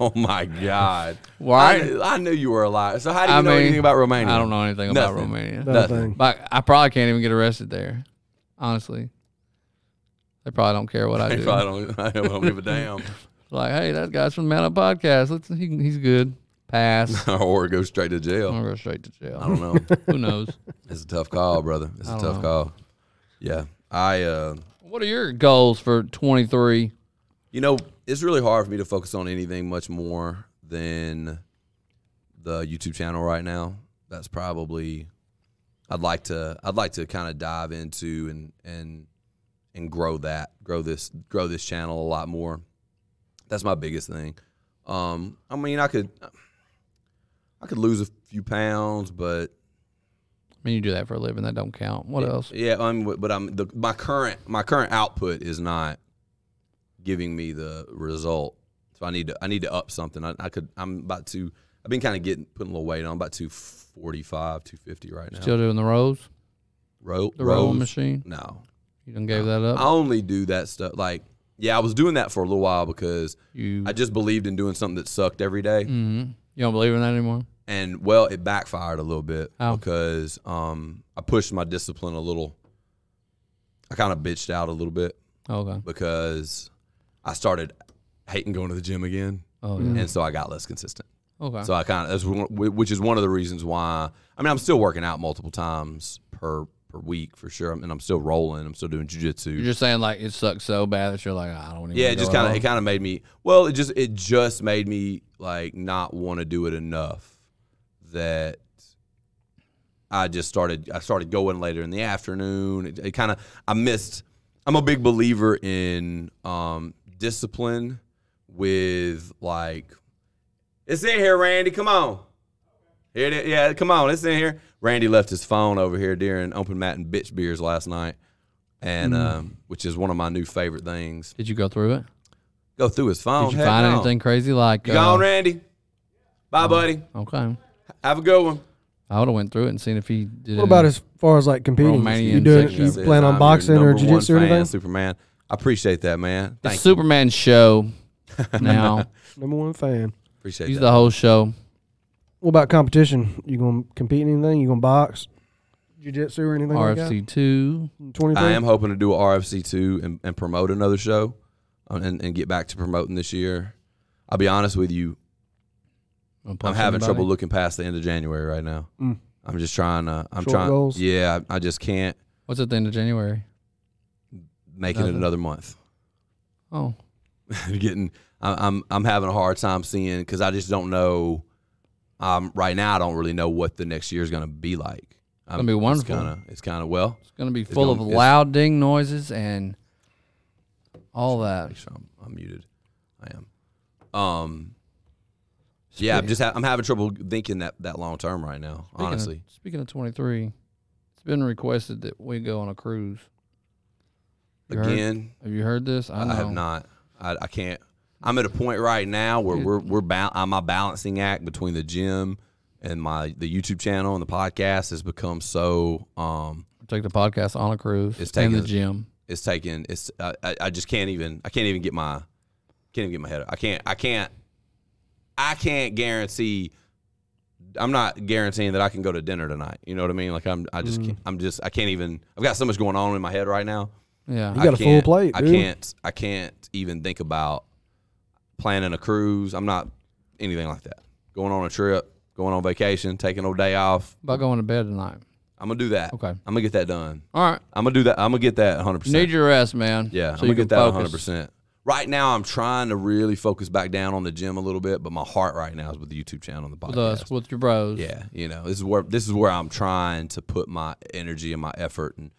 oh my god!
Why-
I, I knew you were a liar. So how do you
I
know
mean,
anything about Romania?
I don't know anything about
Nothing.
Romania.
No
Nothing.
thing.
But I probably can't even get arrested there. Honestly, they probably don't care what I
They
do.
probably don't. I don't give a damn.
Like, hey, that guy's from Man Up Podcast. Let's, he, he's good. Pass.
or go straight to jail.
I'm gonna go straight to jail.
I don't know.
Who knows?
It's a tough call, brother. It's a
I don't
tough
know.
call. Yeah. I uh
What are your goals for 23?
you know, it's really hard for me to focus on anything much more than the YouTube channel right now. That's probably I'd like to I'd like to kind of dive into and and and grow that, grow this grow this channel a lot more. That's my biggest thing. Um I mean, I could I could lose a few pounds, but
I mean, you do that for a living. That don't count. What else?
Yeah, I'm, but I'm the, my current my current output is not giving me the result. So I need to I need to up something. I, I could I'm about to I've been kind of getting putting a little weight on. I'm about 245, 250 right now.
Still doing the rows,
Row,
the rowing
rows?
machine.
No,
You done gave that
I
up.
only do that stuff. Like yeah, I was doing that for a little while because
You
I just believed in doing something that sucked every day.
mhm. you don't believe in that anymore.
and well, it backfired a little bit
Oh.
because um I pushed my discipline a little. I kind of bitched out a little bit.
Okay.
because I started hating going to the gym again,
Oh yeah.
and so I got less consistent.
Okay.
So I kind of that's one- which is one of the reasons why. I mean, I'm still working out multiple times per per week for sure, and I'm still rolling. I'm still doing
You're
jujitsu.
just saying like it sucks so bad that you're like I don't even.
Yeah, it
go
just kind of
out."
it kind of made me. Well, it just it just made me like not want to do it enough that. I just started. I started going later in the afternoon. It, it kind of. I missed. I'm a big believer in um, discipline with like it's in here, Randy. Come on. Here it is. Yeah, come on. It's in here. Randy left his phone over here during open mat and bitch beers last night. and um, which is one of my new favorite things.
Did you go through it?
Go through his phone.
Did you
heck
find
Oh, no.
anything crazy like?
You
uh,
gone, Randy? Bye, buddy.
Okay.
Have a good one.
I would have went through it and seen if he did.
What about
any-
as far as like competing?
Romanian
you doing?
section.
You
Says,
plan
"I'm
on
your
boxing or
number one
jiu-jitsu or
fan,
anything?
Superman. I appreciate that, man.
It's
Thank you.
Superman's show? Now
Number one fan.
Appreciate
he's
that.
the whole show.
What about competition? You gonna compete in anything? You gonna box, jiu-jitsu or anything like
RFC two.
that? Twenty.
I am hoping to do a RFC two and, and promote another show, uh, and, and get back to promoting this year. I'll be honest with you, I'm having trouble looking past the end of January right now.
Mm.
I'm just trying to. I'm
Short
trying.
goals?
Yeah, I I just can't
What's at the end of January?
make it
Nothing.
another month.
Oh,
Getting, I- I'm I'm having a hard time seeing because I just don't know. Um, right now I don't really know what the next year is going to be like. i
gonna be wonderful.
It's kind of. It's kind of well.
it's gonna be full
gonna-
of
it's-
loud ding noises and all that.
Make sure I'm, I'm muted. I am. Um. Yeah, I'm just ha- I'm having trouble thinking that that long term right now.
Speaking of-
honestly,
speaking of 23, it's been requested that we go on a cruise. You heard-
again,
have you heard this? I,
I,
know.
have not. I, I can't. I'm at a point right now where we're we're bal- uh, my balancing act between the gym and my the YouTube channel and the podcast has become so um
Take the podcast on a cruise.
It's
in the
taking-
gym.
it's taken it's I, I I just can't even I can't even get my can't even get my head up. I can't I can't I can't guarantee I'm not guaranteeing that I can go to dinner tonight. You know what I mean? Like I'm I just
Mm-hmm.
can't, I'm just I can't even I've got so much going on in my head right now.
Yeah.
You got
I
a full
can't-
plate,
I
dude.
can't. I can't even think about planning a cruise. I'm not anything like that. Going on a trip, going on vacation, taking a day off.
about going to bed tonight.
I'm gonna do that.
Okay.
I'm gonna get that done.
All right.
I'm gonna do that. I'm gonna get that 100.
Need
percent
your rest, man.
Yeah.
So
I'm
you
gonna
can
get that
focus.
100. percent Right now, I'm trying to really focus back down on the gym a little bit, but my heart right now is with the YouTube channel and the podcast.
with us, with your bros.
Yeah, you know, this is where this is where I'm trying to put my energy and my effort, and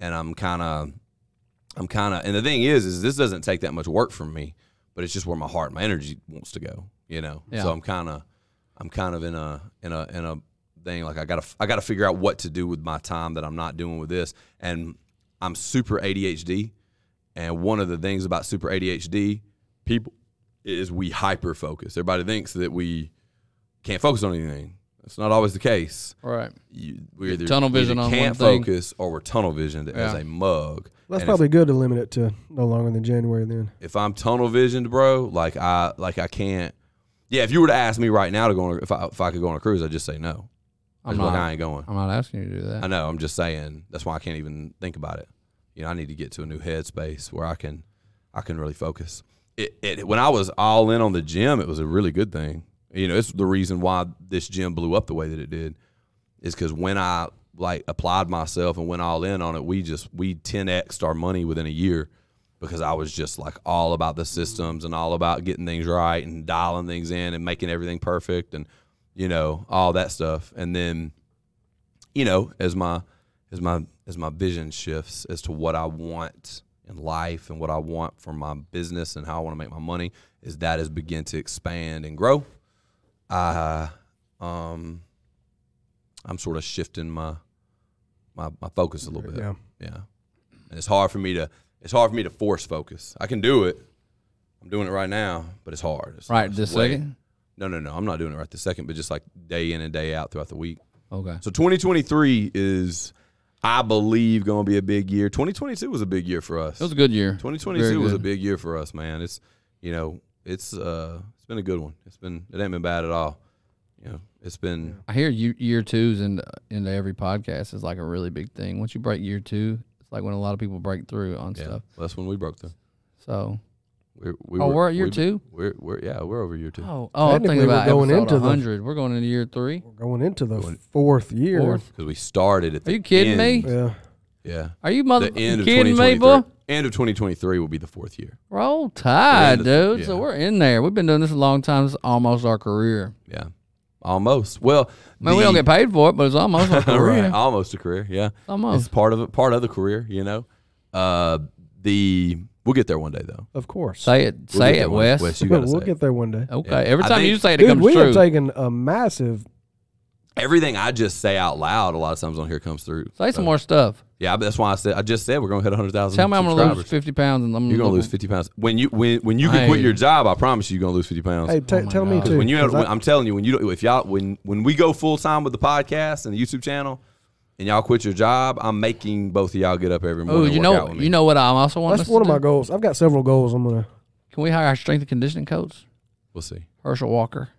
and I'm kind of, I'm kind of, and the thing is, is this doesn't take that much work from me, but it's just where my heart, and my energy wants to go, you know.
Yeah.
So I'm kind of, I'm kind of in a in a in a thing like I gotta I gotta figure out what to do with my time that I'm not doing with this, and I'm super ADHD, and one of the things about super ADHD people is we hyper focus. Everybody thinks that we can't focus on anything. That's not always the case.
All right.
You, we're either
Tunnel
we either
vision on
can't
one thing.
focus, or we're tunnel visioned as
Yeah.
a mug.
That's
And
probably good to limit it to no longer than January. Then
if, if I'm tunnel visioned, bro, like I like I can't. Yeah, if you were to ask me right now to go on, a- if I if I could go on a cruise, I'd just say no. I'm
I'm
just be like,
not.
I ain't going.
I'm not asking you to do that.
I know. I'm just saying. That's why I can't even think about it. You know, I need to get to a new headspace where I can, I can really focus. It, it when I was all in on the gym, it was a really good thing. You know, it's the reason why this gym blew up the way that it did, is because when I like applied myself and went all in on it, we just we 10xed our money within a year because I was just like all about the systems and all about getting things right and dialing things in and making everything perfect and you know all that stuff. And then you know, as my as my as my vision shifts as to what I want in life and what I want for my business and how I want to make my money, is that has begin to expand and grow. I um I'm sort of shifting my my my focus a little bit.
yeah,
Yeah. And it's hard for me to it's hard for me to force focus. I can do it. I'm doing it right now, but it's hard. It's,
Right
it's
this
way-
second.
No, no, no. I'm not doing it right this second, but just like day in and day out throughout the week.
Okay.
So 2023 is, I believe, going to be a big year. 2022 was a big year for us.
It was a good year.
2022
Very
was a
good.
big year for us, man. It's, you know, it's uh, it's been a good one. It's been, it ain't been bad at all. You know, it's been,
I hear you, year twos into into every podcast is like a really big thing. Once you break year two, it's like when a lot of people break through on
yeah.
stuff.
That's when we broke through.
So
We're, we
Oh, we're at year
we-
two?
We're, we're, yeah, we're over year two.
oh oh, I'm thinking
Technically, we're
about
going
going
into
episode
the-
100. We're going into year three.
we're going into the fourth year.
Fourth.
Because we started at the
you kidding
end-
me?
Yeah,
Yeah.
Are you mother
The end
you
of
kidding me,
2023.
boy?
End of 2023 will be the fourth year.
Roll Tide,
The end of-
dude. So
yeah.
we're in there. We've been doing this a long time. It's almost our career.
Yeah. Almost. Well,
I mean, we
the-
don't get paid for it, but it's almost our
Right,
career.
Almost a career. Yeah. It's
Almost.
part of it, part of the career, you know. Uh, the we'll get there one day though.
of course.
Say it.
We'll
say
get
it,
there one-
Wes.
Wes, you
But
gotta
we'll
say it.
Oh,
get there one day.
Okay.
Yeah.
Every
I
time you
think-
say it, it
Dude,
comes
we
true.
have taken a massive
everything I just say out loud a lot of times on here comes through.
Say some
So,
more stuff.
Yeah, but that's why I said I just said we're gonna hit hundred thousand.
Tell me I'm gonna lose fifty pounds and I'm
You're gonna lose fifty pounds when you when when you can
Hey.
quit your job. I promise you, you're gonna lose fifty pounds.
Hey, ta-
my
tell me
God.
too.
when you,
'cause I-
when, I'm telling you, when you don't, if y'all when when we go full time with the podcast and the YouTube channel, and y'all quit your job, I'm making both of y'all get up every
Oh,
morning.
you
and work out
know,
with me.
you know what I'm also wanting
that's
us
one of
to
my
do?
goals. I've got several goals. I'm gonna.
Can we hire our strength and conditioning coach,
We'll see.
Herschel Walker?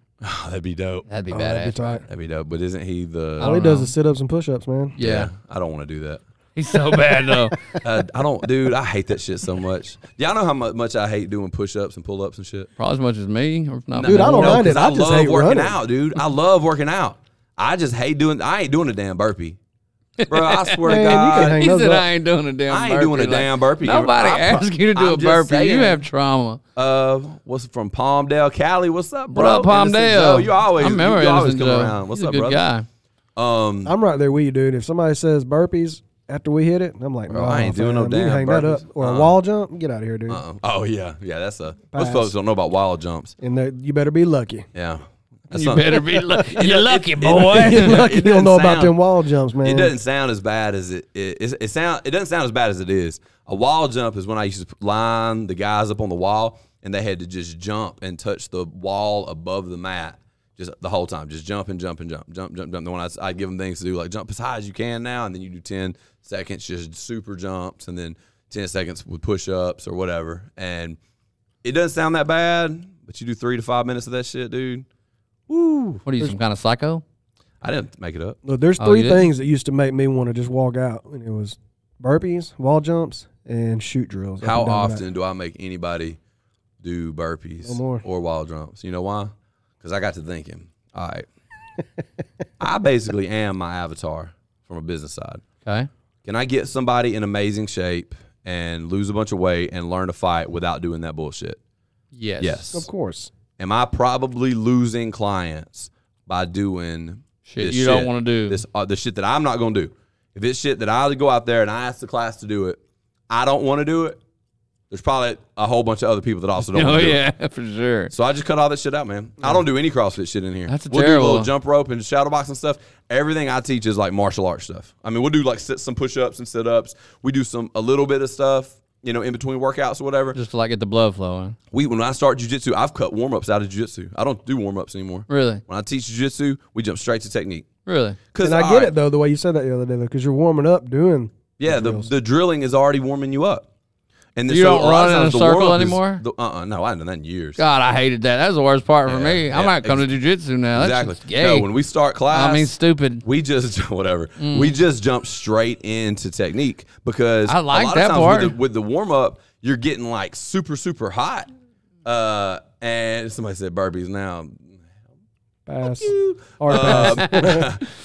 that'd be dope.
That'd be
Oh,
badass.
that'd be tight.
That'd be dope. But isn't he the?
All he
don't
does
know.
is sit ups and push ups, man.
yeah.
I don't want to do that.
he's so bad though.
I, I don't, dude. I hate that shit so much. Y'all know how mu- much I hate doing push-ups and pull-ups and shit.
Probably as much as me, or if not.
Dude, I don't
more.
mind it.
'cause
Oh, I just
love
hate
working
running.
out, dude. I love working out. I just hate doing. I ain't doing a damn burpee, bro. I swear
Man,
to
you
God,
can hang
He
those
said,
up.
"I ain't doing a damn.
I ain't doing a
burpee." Like,
damn burpee.
Nobody
I'm-
asked you to do
I'm
a
just
burpee.
saying.
You have trauma.
Uh, what's from Palmdale, Cali? What's up, bro?
What up, Palmdale?
Innocent Joe, you always,
I remember
you always
Innocent
come
Joe.
around. What's
He's
up,
a good
brother?
guy.
Um,
I'm right there with you, dude. If somebody says burpees after we hit it, I'm like, no,
Bro, I ain't doing no
You
damn
hang that up
burpees.
or a
Uh-uh.
wall jump. Get out of here, dude.
uh, oh yeah, yeah. That's a. Most
Pass.
folks don't know about wild jumps.
And that you better be lucky.
Yeah, that's
You
something-
better be. lu- You're lucky, boy.
You're lucky you
doesn't
don't know about
sound-
them wall jumps, man.
It doesn't sound as bad as it it, it, it sound. It doesn't sound as bad as it is. A wall jump is when I used to line the guys up on the wall, and they had to just jump and touch the wall above the mat just the whole time. Just jump and jump and jump, jump, jump, jump. The one I, I give them things to do like jump as high as you can now, and then you do ten seconds just super jumps, and then ten seconds with push ups or whatever. And it doesn't sound that bad, but you do three to five minutes of that shit, dude.
What are you, some kind of psycho?
I didn't make it up.
Look, there's
Oh, you
three
didn't?
things that used to make me want to just walk out, and it was burpees, wall jumps, and shoot drills. up
How
and down the back.
often do I make anybody do burpees
No more.
or wild jumps? You know why? Because I got to thinking. All right, I basically am my avatar from a business side.
Okay.
Can I get somebody in amazing shape and lose a bunch of weight and learn to fight without doing that bullshit?
Yes.
Yes.
Of course.
Am I probably losing clients by doing
Shit
this
you don't wanna do.
this uh, the shit that I'm not going to do? If it's shit that I go out there and I ask the class to do it, I don't want to do it. There's probably a whole bunch of other people that also don't.
Oh
want to do it.
yeah, for sure.
So I just cut all that shit out, man. I don't do any CrossFit shit in here.
That's
we'll do a
terrible.
little jump rope and shadow box and stuff. Everything I teach is like martial arts stuff. I mean, we'll do like sit, some push ups and sit ups. We do some a little bit of stuff, you know, in between workouts or whatever.
Just to like get the blood flowing.
We when I start jujitsu, I've cut warm ups out of jujitsu. I don't do warm ups anymore.
Really,
When I teach jujitsu, we jump straight to technique.
really.
Cause
And I
all
get
right,
it though, the way you said that the other day, because you're warming up doing.
Yeah, the, the drilling is already warming you up. And
You don't
a lot
run
of
in a
times the
circle
warm-up is-
anymore?
the- uh-uh, no, I haven't done that in years.
God, I hated that. That's the worst part for me. I
yeah,
might come
ex-
to jujitsu now. That's
exactly.
just gay.
No, when we start class,
I mean, stupid.
We just whatever. We just jump straight into technique because
I like
a lot
that
of times
part.
With the, with the warm up, you're getting like super super hot. Uh, and somebody said burpees now,
Pass. Hard pass.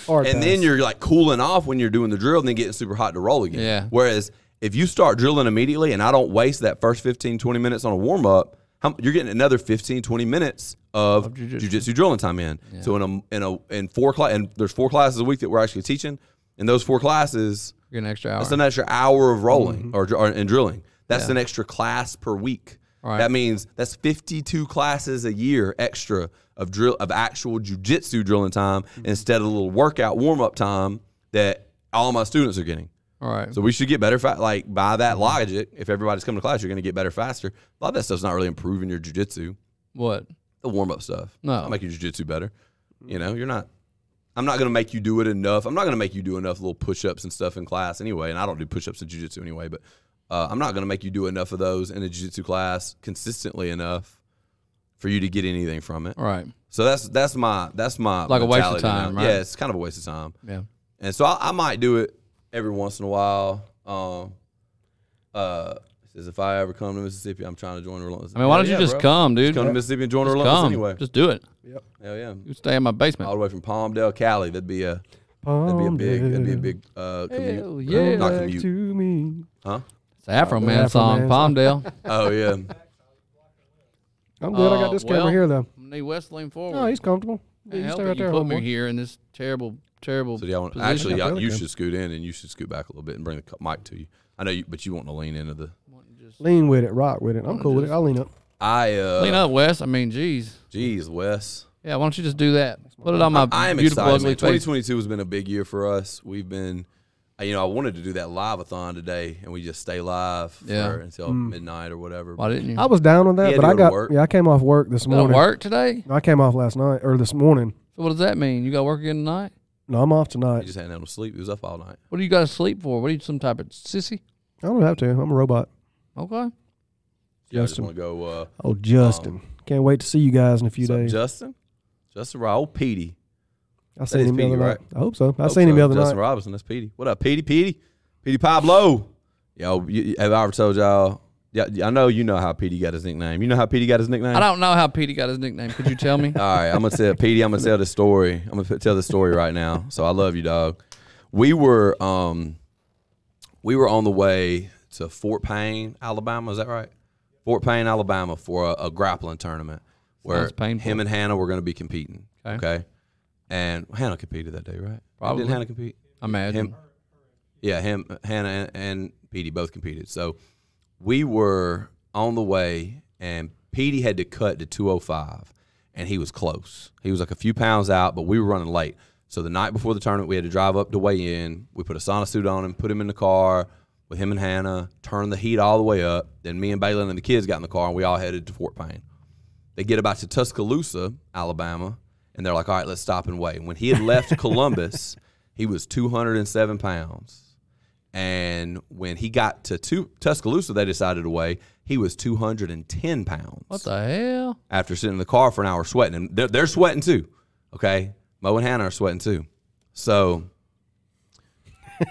Hard
Uh, and
pass.
then you're like cooling off when you're doing the drill, and then getting super hot to roll again.
Yeah.
Whereas if you start drilling immediately, and I don't waste that first 15 20 minutes on a warm up. You're getting another 15, 20 minutes of,
jujitsu.
jujitsu drilling time in. So in a in a in four class and there's four classes a week that we're actually teaching. In those four classes,
Get an extra hour.
That's an extra hour of rolling or, or and drilling. That's an extra class per week.
Right.
That means that's 52 classes a year extra of drill of actual jujitsu drilling time instead of a little workout warm up time that all my students are getting.
All right.
So we should get better. Fa- like by that logic, if everybody's coming to class, you're going to get better faster. A lot of that stuff's not really improving your jujitsu.
what?
The warm up stuff.
No.
I'll make your jujitsu better. You know, you're not. I'm not gonna make you do it enough. I'm not gonna make you do enough little push ups and stuff in class anyway. And I don't do push ups in jujitsu anyway, but uh, I'm not gonna make you do enough of those in a jujitsu class consistently enough for you to get anything from it.
All right.
So that's that's my that's my
Like a waste of
mentality
time,
now.
right?
Yeah, it's kind of a waste of time.
Yeah.
And so I, I might do it every once in a while. Um, uh, it says if I ever come to Mississippi, I'm trying to join Relentless.
I mean, why
Hell
don't you
yeah,
just
bro.
come, dude?
Just come to Mississippi and join
Just
Relentless
come.
anyway.
Just do it.
Hell yeah.
You stay in my basement.
All the way from Palmdale, Cali. That'd be a that'd be a big that'd be a big uh commute.
Hell
Uh,
yeah.
Not
Back
commute.
to me.
Huh?
It's the Afro Man
Afro
song,
Man
Palmdale.
Oh yeah.
I'm glad I
Uh,
got this
well-
camera here though.
Knee West, lean forward.
No, he's comfortable. Yeah,
Can't
you
help
stay
it.
right
You
there,
put me
homeboy.
here in this terrible, terrible.
So y'all want,
position.
actually y'all,
really
you
good.
should scoot in and you should scoot back a little bit and bring the cu- mic to you. I know you but you want to lean into the
Lean with it, rock with it. I'm cool with it. I'll lean up.
I uh
Lean up, West. I mean, geez.
Jeez, Wes.
Yeah, why don't you just do that? Put it on my
I am
beautiful
excited. man.
ugly face.
2022 has been a big year for us. We've been, uh, you know, I wanted to do that live-a-thon today, and we just stay live
Yeah. Mm.
for, until midnight or whatever.
Why didn't you?
I was down on
He
that,
had
but
to
I
go to
got
work.
yeah, I came off work this
You don't
morning.
work today?
I came off last night or this morning.
So what does that mean? You got to work again tonight?
No, I'm off
He
tonight.
just hadn't had no sleep. He was up all night.
What do you got to sleep for? What are you, some type of sissy?
I don't have to. I'm a robot.
Okay.
Yeah, I just
Justin.
want to go. Uh,
Oh, Justin, can't wait to see you guys in a few
what's up,
days.
Justin, Justin, Rob, old Petey.
I seen
is
him the
Petey,
other night.
right?
I hope so. I
Hope
seen him
so.
the other
Justin
night.
Robinson, that's Petey. What up, Petey? Petey? Petey Pablo. Yo, you, you- have I ever told y'all? Yeah, I know you know how Petey got his nickname. You know how Petey got his nickname?
I don't know how Petey got his nickname. Could you tell me?
All right, I'm gonna tell Petey. I'm gonna tell the story. I'm gonna tell the story right now. So I love you, dog. We were um, we were on the way to Fort Payne, Alabama. Is that right? Fort Payne, Alabama, for a, a grappling tournament where
Sounds painful.
him and Hannah were gonna be competing.
Okay.
Okay. And Hannah competed that day, right?
Probably.
Didn't Hannah compete?
I imagine.
Him, yeah, him, Hannah, and, and Petey both competed. So we were on the way, and Petey had to cut to 205, and he was close. He was like a few pounds out, but we were running late. So the night before the tournament, we had to drive up to weigh in. We put a sauna suit on him, put him in the car with him and Hannah, turned the heat all the way up. Then me and Balin and the kids got in the car, and we all headed to Fort Payne. They get about to Tuscaloosa, Alabama, and they're like, all right, let's stop and wait. When he had left Columbus, he was 207 pounds. And when he got to Tu- Tuscaloosa, they decided to weigh, he was 210 pounds
What the hell?
after sitting in the car for an hour sweating. And they're, they're sweating too. Okay. Mo and Hannah are sweating too. So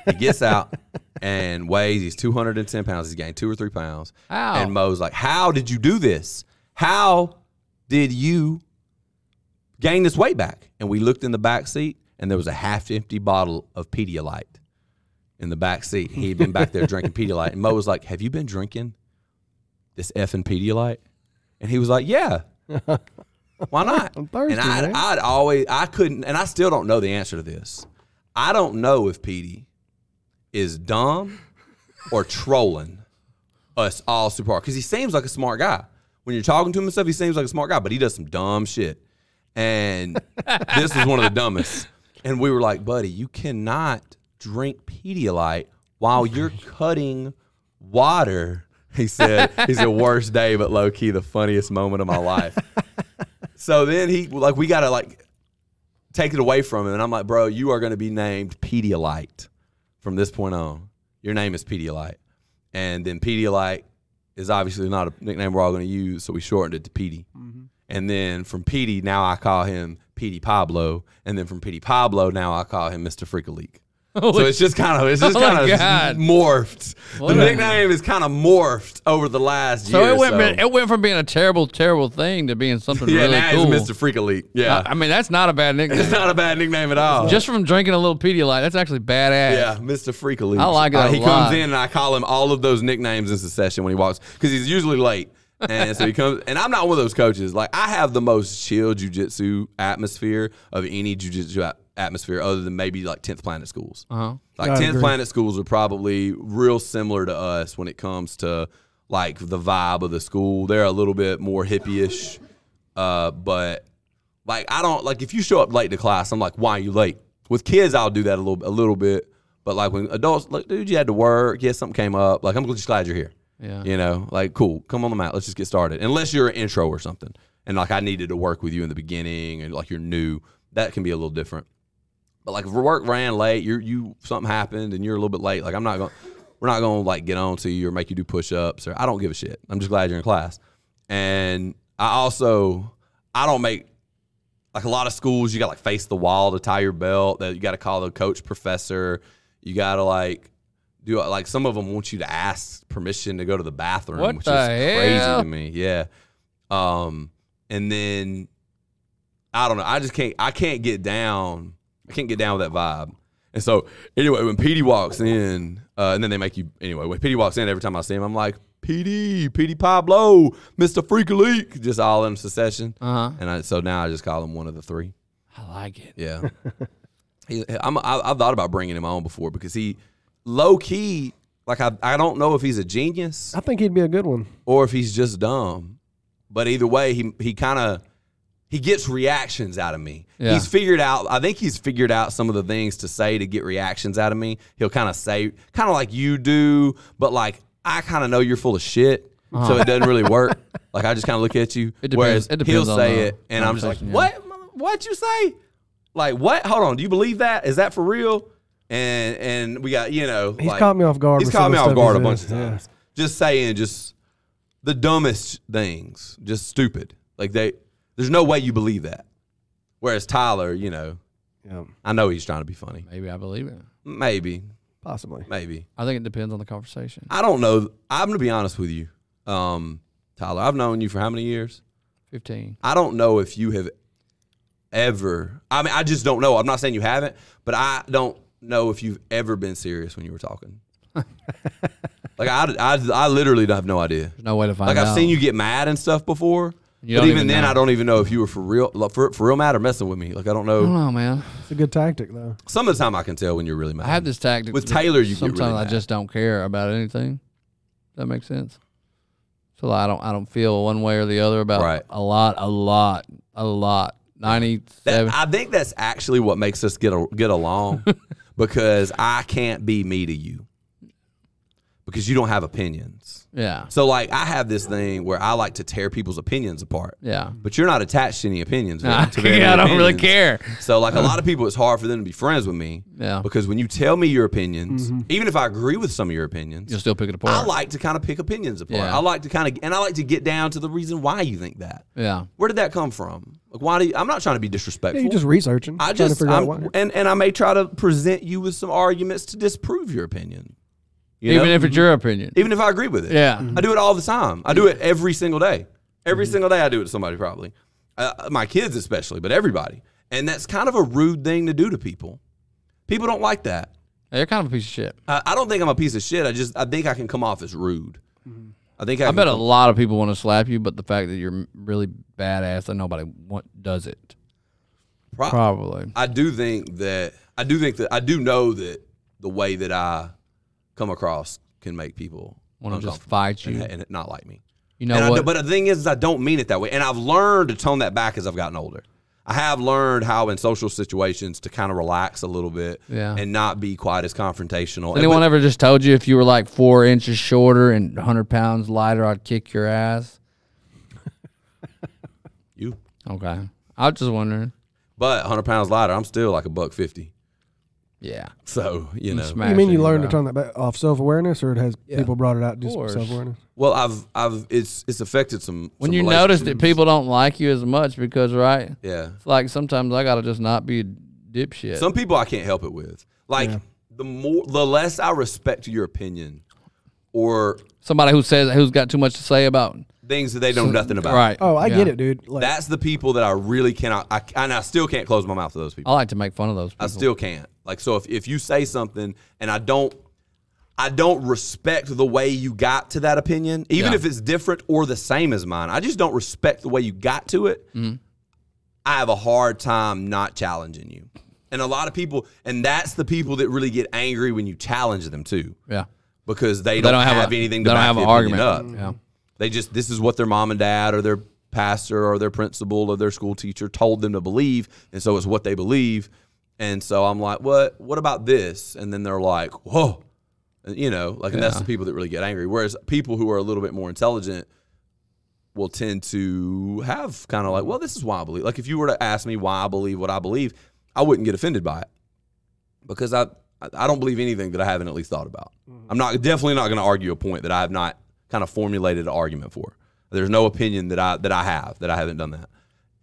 he gets out and weighs, he's 210 pounds. He's gained two or three pounds.
How?
And Mo's like, How did you do this? How did you gain this weight back? And we looked in the back seat and there was a half empty bottle of Pedialyte in the back seat. He'd been back there drinking Pedialyte. And Mo was like, Have you been drinking this effing Pedialyte? And he was like, Yeah. Why not?
I'm thirsty,
And I'd,
man.
I'd always, I couldn't, and I still don't know the answer to this. I don't know if Petey is dumb or trolling us all super hard because he seems like a smart guy. When you're talking to him and stuff, he seems like a smart guy, but he does some dumb shit. And this was one of the dumbest. And we were like, buddy, you cannot drink Pedialyte while you're cutting water. He said, he's the worst day, but low key, the funniest moment of my life. So then he, like, we got to, like, take it away from him. And I'm like, bro, you are going to be named Pedialyte from this point on. Your name is Pedialyte. And then Pedialyte is obviously not a nickname we're all going to use, so we shortened it to Petey.
Mm-hmm.
And then from Petey, now I call him Petey Pablo. And then from Petey Pablo, now I call him Mr. Freak a Leak. So it's just kind of it's just
Oh my
kind of
God.
morphed.
What
the
a-
nickname is kind of morphed over the last
So
year.
it went
so.
it went from being a terrible, terrible thing to being something
yeah,
really
now
cool.
it's Mr. Freak a Leak. Yeah,
I, I mean, that's not a bad
it's
nickname.
not a bad nickname at all.
Just from drinking a little Pedialyte, that's actually badass.
Yeah, Mr. Freakily.
I like it a
Uh, he
lot.
comes in and I call him all of those nicknames in succession when he walks because he's usually late. And so he comes, and I'm not one of those coaches. Like I have the most chill jujitsu atmosphere of any jujitsu at- atmosphere, other than maybe like tenth planet schools.
Uh-huh.
Like
I
tenth
agree.
planet schools are probably real similar to us when it comes to like the vibe of the school. They're a little bit more hippie-ish, uh, but like I don't like if you show up late to class, I'm like, why are you late? With kids, I'll do that a little a little bit, but like when adults, like, dude, you had to work. Yeah, something came up. Like I'm just glad you're here.
Yeah.
You know, like cool, come on the mat. Let's just get started. Unless you're an intro or something, and like I needed to work with you in the beginning, and like you're new, that can be a little different. But like if work ran late, you you something happened and you're a little bit late. Like I'm not going, we're not going to like get on to you or make you do push ups or I don't give a shit. I'm just glad you're in class. And I also I don't make like a lot of schools you got like face the wall to tie your belt. That you got to call the coach professor. You got to like do like some of them want you to ask permission to go to the bathroom,
What
which
the
is crazy
hell?
to me. Yeah. Um, and then I don't know. I just can't. I can't get down. I can't get down with that vibe. And so anyway, when Petey walks in, uh, and then they make you anyway. When Petey walks in, every time I see him, I'm like Petey, Petey Pablo, Mister Freak Leak, just all in succession.
Uh huh.
And I, so now I just call him one of the three.
I like it.
Yeah. he, I'm, I, I've thought about bringing him on before because he, low key, like I, I don't know if he's a genius
I think he'd be a good one.
or if he's just dumb. But either way, he he kind of he gets reactions out of me.
Yeah.
He's figured out. I think he's figured out some of the things to say to get reactions out of me. He'll kind of say, kind of like you do, but like I kind of know you're full of shit, so it doesn't really work. Like I just kind of look at you.
Uh-huh. It depends-
Whereas
it depends
he'll
on
say
the
it, and I'm just like,
conversation, yeah.
what? What'd you say? Like what? Hold on. Do you believe that? Is that for real? And and we got you know
He's
like-
caught me off guard.
He's
with
caught
some
me
of the
off guard
stuff
a
he
bunch of
says. Yeah.
times. Just saying, just the dumbest things, just stupid. Like they, there's no way you believe that. Whereas Tyler, you know,
Yeah,
I know he's trying to be funny.
Maybe I believe it.
Maybe,
possibly.
maybe.
I think it depends on the conversation.
I don't know. I'm gonna be honest with you, um, Tyler. I've known you for how many years?
Fifteen.
I don't know if you have ever. I mean, I just don't know. I'm not saying you haven't, but I don't know if you've ever been serious when you were talking. like I, I, I literally have no idea.
There's no way to find
Like
out.
I've seen you get mad and stuff before.
You
but
don't
even,
even
then,
know.
I don't even know if you were for real, like, for, for real mad or messing with me. Like I don't
I don't
know.
know, man.
It's a good tactic though.
Some of the time I can tell when you're really mad.
I have this tactic
With
that
Taylor, you get
sometimes
really
I
mad.
just don't care about anything. That makes sense. So like, I don't I don't feel one way or the other about
Right.
a lot, a lot, a lot. Ninety
That-
seven.
I think that's actually what makes us get a, get along, because I can't be me to you, because you don't have opinions.
Yeah,
So like I have this thing where I like to tear people's opinions apart.
yeah.
But you're not attached to any opinions.
Nah,
to very
yeah, I
many
don't really
opinions.
care.
So like a lot of people, it's hard for them to be friends with me.
Yeah.
Because when you tell me your opinions, even if I agree with some of your opinions,
You'll still pick it apart.
I like to kind of pick opinions apart.
Yeah.
I like to kind of, and I like to get down to the reason why you think that.
yeah,
Where did that come from? Like, why do you, I'm not trying to be disrespectful.
Yeah, you just researching.
I
trying to
just,
figure out
I'm,
why.
and and I may try to present you with some arguments to disprove your opinion. You
even
know?
if it's your opinion.
even if I agree with it.
Yeah.
I do it all the time. I do it every single day. Every
Mm-hmm.
single day I do it to somebody, probably. Uh, my kids, especially, but everybody. And that's kind of a rude thing to do to people. People don't like that.
They're kind of a piece of shit.
I, I don't think I'm a piece of shit. I just, I think I can come off as rude. I think I,
I
can
bet a
come-
lot of people want to slap you, but the fact that you're m- really badass and nobody want, does it.
Pro-
Probably.
I do think that, I do think that, I do know that the way that I come across can make people
Want to just
uncomfortable
fight you.
and, and not like me.
You know
And I
what?
do- but the thing is, is, I don't mean it that way. And I've learned to tone that back as I've gotten older. I have learned how in social situations to kind of relax a little bit
Yeah.
and not be quite as confrontational. And
Anyone
but-
ever just told you if you were like four inches shorter and 100 pounds lighter, I'd kick your ass?
you?
Okay. I was just wondering.
But 100 pounds lighter, I'm still like a buck 50.
Yeah.
So, you know.
You mean you learned to turn that back off self awareness, or it has people brought it out just
course.
self awareness?
Well, I've, I've, it's, it's affected some.
When
some
you notice that
relationships.
people don't like you as much because, right?
Yeah.
It's like sometimes I got to just not be a dipshit.
Some people I can't help it with. Like, the more, the less I respect your opinion or
Somebody who says, who's got too much to say about.
things that they know nothing about.
Right.
Oh, I
Yeah.
get it, dude. Like,
That's the people that I really cannot, I, and I still can't close my mouth to those people.
I like to make fun of those people.
I still can't. Like so if, if you say something and I don't I don't respect the way you got to that opinion, even
Yeah.
if it's different or the same as mine. I just don't respect the way you got to it. I have a hard time not challenging you. And a lot of people and that's the people that really get angry when you challenge them too.
yeah.
Because they,
They
don't,
don't have,
have,
a-
anything
They don't
to back
have
the
an
opinion
argument.
up.
Yeah.
They just this is what their mom and dad or their pastor or their principal or their school teacher told them to believe, and so it's what they believe. And so I'm like, what? What about this? And then they're like, whoa, and, you know, like, and that's the people that really get angry. Whereas people who are a little bit more intelligent will tend to have kind of like, well, this is why I believe. Like, if you were to ask me why I believe what I believe, I wouldn't get offended by it because I I- I don't believe anything that I haven't at least thought about. I'm not definitely not going to argue a point that I have not kind of formulated an argument for. There's no opinion that I that I have that I haven't done that,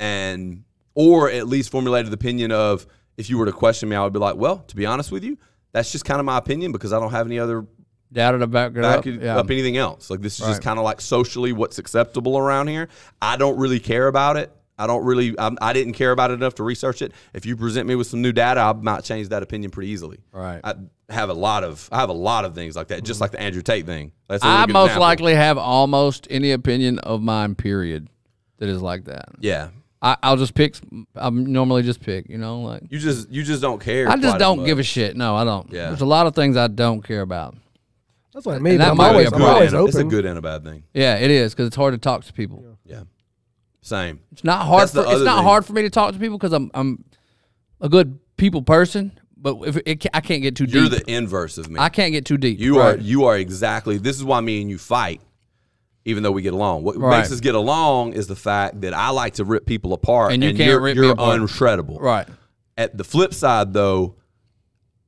and or at least formulated the opinion of if you were to question me, I would be like, well, to be honest with you, that's just kind of my opinion because I don't have any other
Doubted about it
back
up.
it
Yeah.
up anything else. Like this is just
Right.
kind of like socially what's acceptable around here. I don't really care about it. I don't really. I'm, I didn't care about it enough to research it. If you present me with some new data, I might change that opinion pretty easily.
Right. Mm-hmm.
I have a lot of. I have a lot of things like that, just like the Andrew Tate thing. That's a really
I
good
most
example.
likely have almost any opinion of mine, period, that is like that.
Yeah.
I, I'll just pick. I normally just pick. You know, like
You just you just don't care.
I just don't give a shit. No, I don't.
Yeah.
There's a lot of things I don't care about.
that's like me.
that
but I'm
might be
always,
a
I'm
problem.
always
It's a
open.
good and a bad thing.
Yeah, it is because it's hard to talk to people.
Yeah. Same.
It's not hard.
That's the
For, it's
other
not
thing.
hard for me to talk to people because I'm I'm a good people person. But if it, ca I can't get too
You're
deep.
the inverse of me.
I can't get too deep.
You
Right.
are you are exactly. This is why me and you fight, even though we get along. What
Right.
makes us get along is the fact that I like to rip people apart,
And you can't
you're,
rip me
you're
apart.
unshreddable.
right.
At the flip side, though,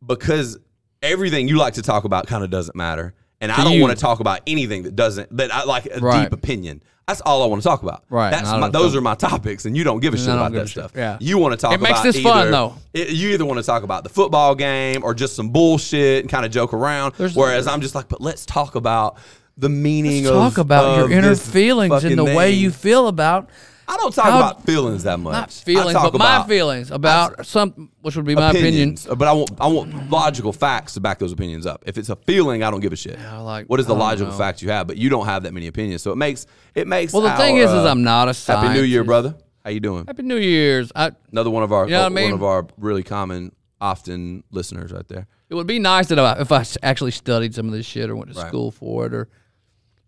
because everything you like to talk about kind of doesn't matter, and I don't
you.
want to talk about anything that doesn't that I like a
Right.
deep opinion. That's all I want to talk about.
Right,
That's
and I
my,
don't-
those are my topics, and you don't give a shit
don't
about
give a
that
shit.
stuff.
Yeah.
You want to talk.
It makes
about
this
either,
fun, though.
it- you either want to talk about the football game or just some bullshit and kind of joke around.
There's-
whereas I'm just like, but let's talk about the meaning
Let's
of
talk about
of
your inner
this
feelings and
fucking
the way
thing.
you feel about
I don't talk
How-
about feelings that much.
not
I
feelings,
talk
but my
about-
feelings about some, which would be my opinion.
opinions, But I want I want logical facts to back those opinions up. If it's a feeling, I don't give a shit.
I like-
what is the
I don't
logical
know.
fact you have? But you don't have that many opinions, so it makes it makes.
Well, the thing
our,
is, is
uh,
I'm not a
Happy
scientist.
New Year, brother. How you doing?
Happy New Year's. I,
Another one of our
know what I
one
mean?
of our really common, often listeners right there.
it would be nice that I, if I s- actually studied some of this shit or went to
Right.
school for it or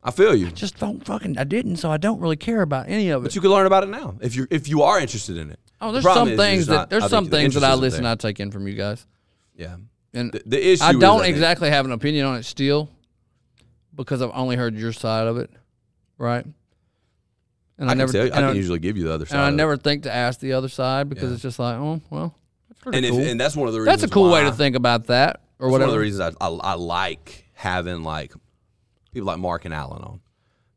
I feel you,
just don't fucking. I didn't, so I don't really care about any of it.
but you can learn about it now if you if you are interested in it.
oh,
The
there's
problem
some
is you're
things
just
that
not- I
there's
think
some
the
things that I
interest isn't
listen,
there.
I take in from you guys,
Yeah,
and
the, the issue.
I
is,
don't
think,
exactly have an opinion on it still because I've only heard your side of it, right? And
I, can
never
tell you,
and
I
I-
can usually give you the other side.
and I
of it.
never think to ask the other side because it's just like, oh well, that's pretty
And, if,
cool.
and that's one of the reasons.
that's a cool way to
why-
think about that or whatever.
That's One of the reasons I, I, I like having like people like Mark and Allen on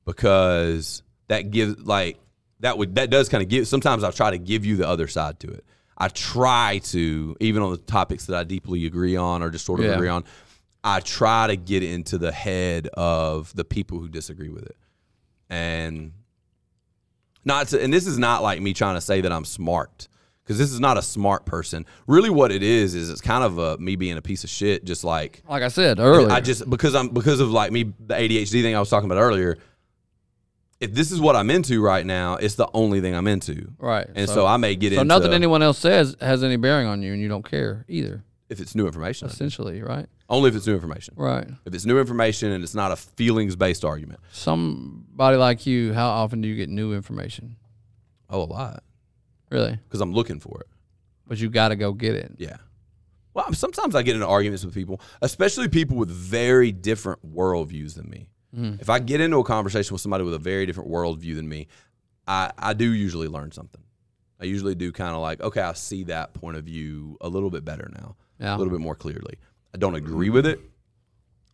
because that gives like that would that does kind of give. Sometimes I try to give you the other side to it. I try to even on the topics that I deeply agree on or just sort of
Yeah.
agree on. I try to get into the head of the people who disagree with it, and not to, and this is not like me trying to say that I'm smart because this is not a smart person. Really, what it is is it's kind of a me being a piece of shit. Just like
like I said earlier,
I just because I'm because of like me the ADHD thing I was talking about earlier. If this is what I'm into right now, it's the only thing I'm into.
Right,
And so,
so-
I may get
so
into
nothing anyone else says has any bearing on you, and you don't care either.
if it's new information.
Essentially, right?
Only if it's new information.
Right.
If it's new information and it's not a feelings based argument.
Somebody like you, how often do you get new information?
Oh, a lot
Really?
because I'm looking for it.
But you got to go get it.
Yeah. Well, I'm- sometimes I get into arguments with people, especially people with very different worldviews than me. If I get into a conversation with somebody with a very different worldview than me, I, I do usually learn something. I usually do kind of like, okay, I see that point of view a little bit better now,
Yeah.
a little bit more clearly. I don't agree with it,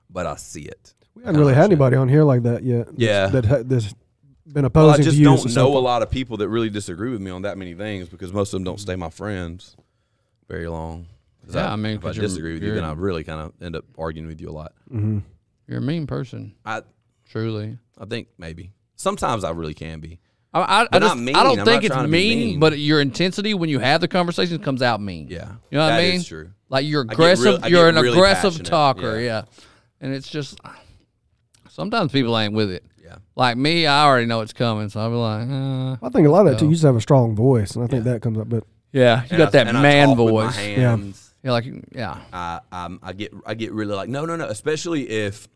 but I see it.
We haven't really had anybody on here like that yet.
Yeah.
That ha- that's been
Well, I
opposing
just
views.
don't
or
know a
something.
lot of people that really disagree with me on that many things because most of them don't stay my friends very long. 'Cause
Yeah, I mean,
if I
'cause you're-
disagree with you,
you're-
then I really kind of end up arguing with you a lot.
Mm.
You're a mean person,
I
truly.
I think maybe sometimes I really can be.
I, I, I,
But
just,
not mean.
I don't
I'm
think
not
it's
trying to
mean,
be mean.
but your intensity when you have the conversations comes out mean.
Yeah,
You know what I
That
mean?
is true.
Like you're
get
aggressive.
real- I
you're an
get really
aggressive
passionate,
talker. Yeah.
yeah.
And it's just sometimes people ain't with it.
Yeah,
Like me, I already know it's coming, so I'll be like, uh,
I think a lot of that too. You just have a strong voice, and I think that comes up. But
yeah, you
And I-
got that
and I
man
talk with my
voice.
hands.
You're like, yeah,
I um, I get I get really like no no no, especially if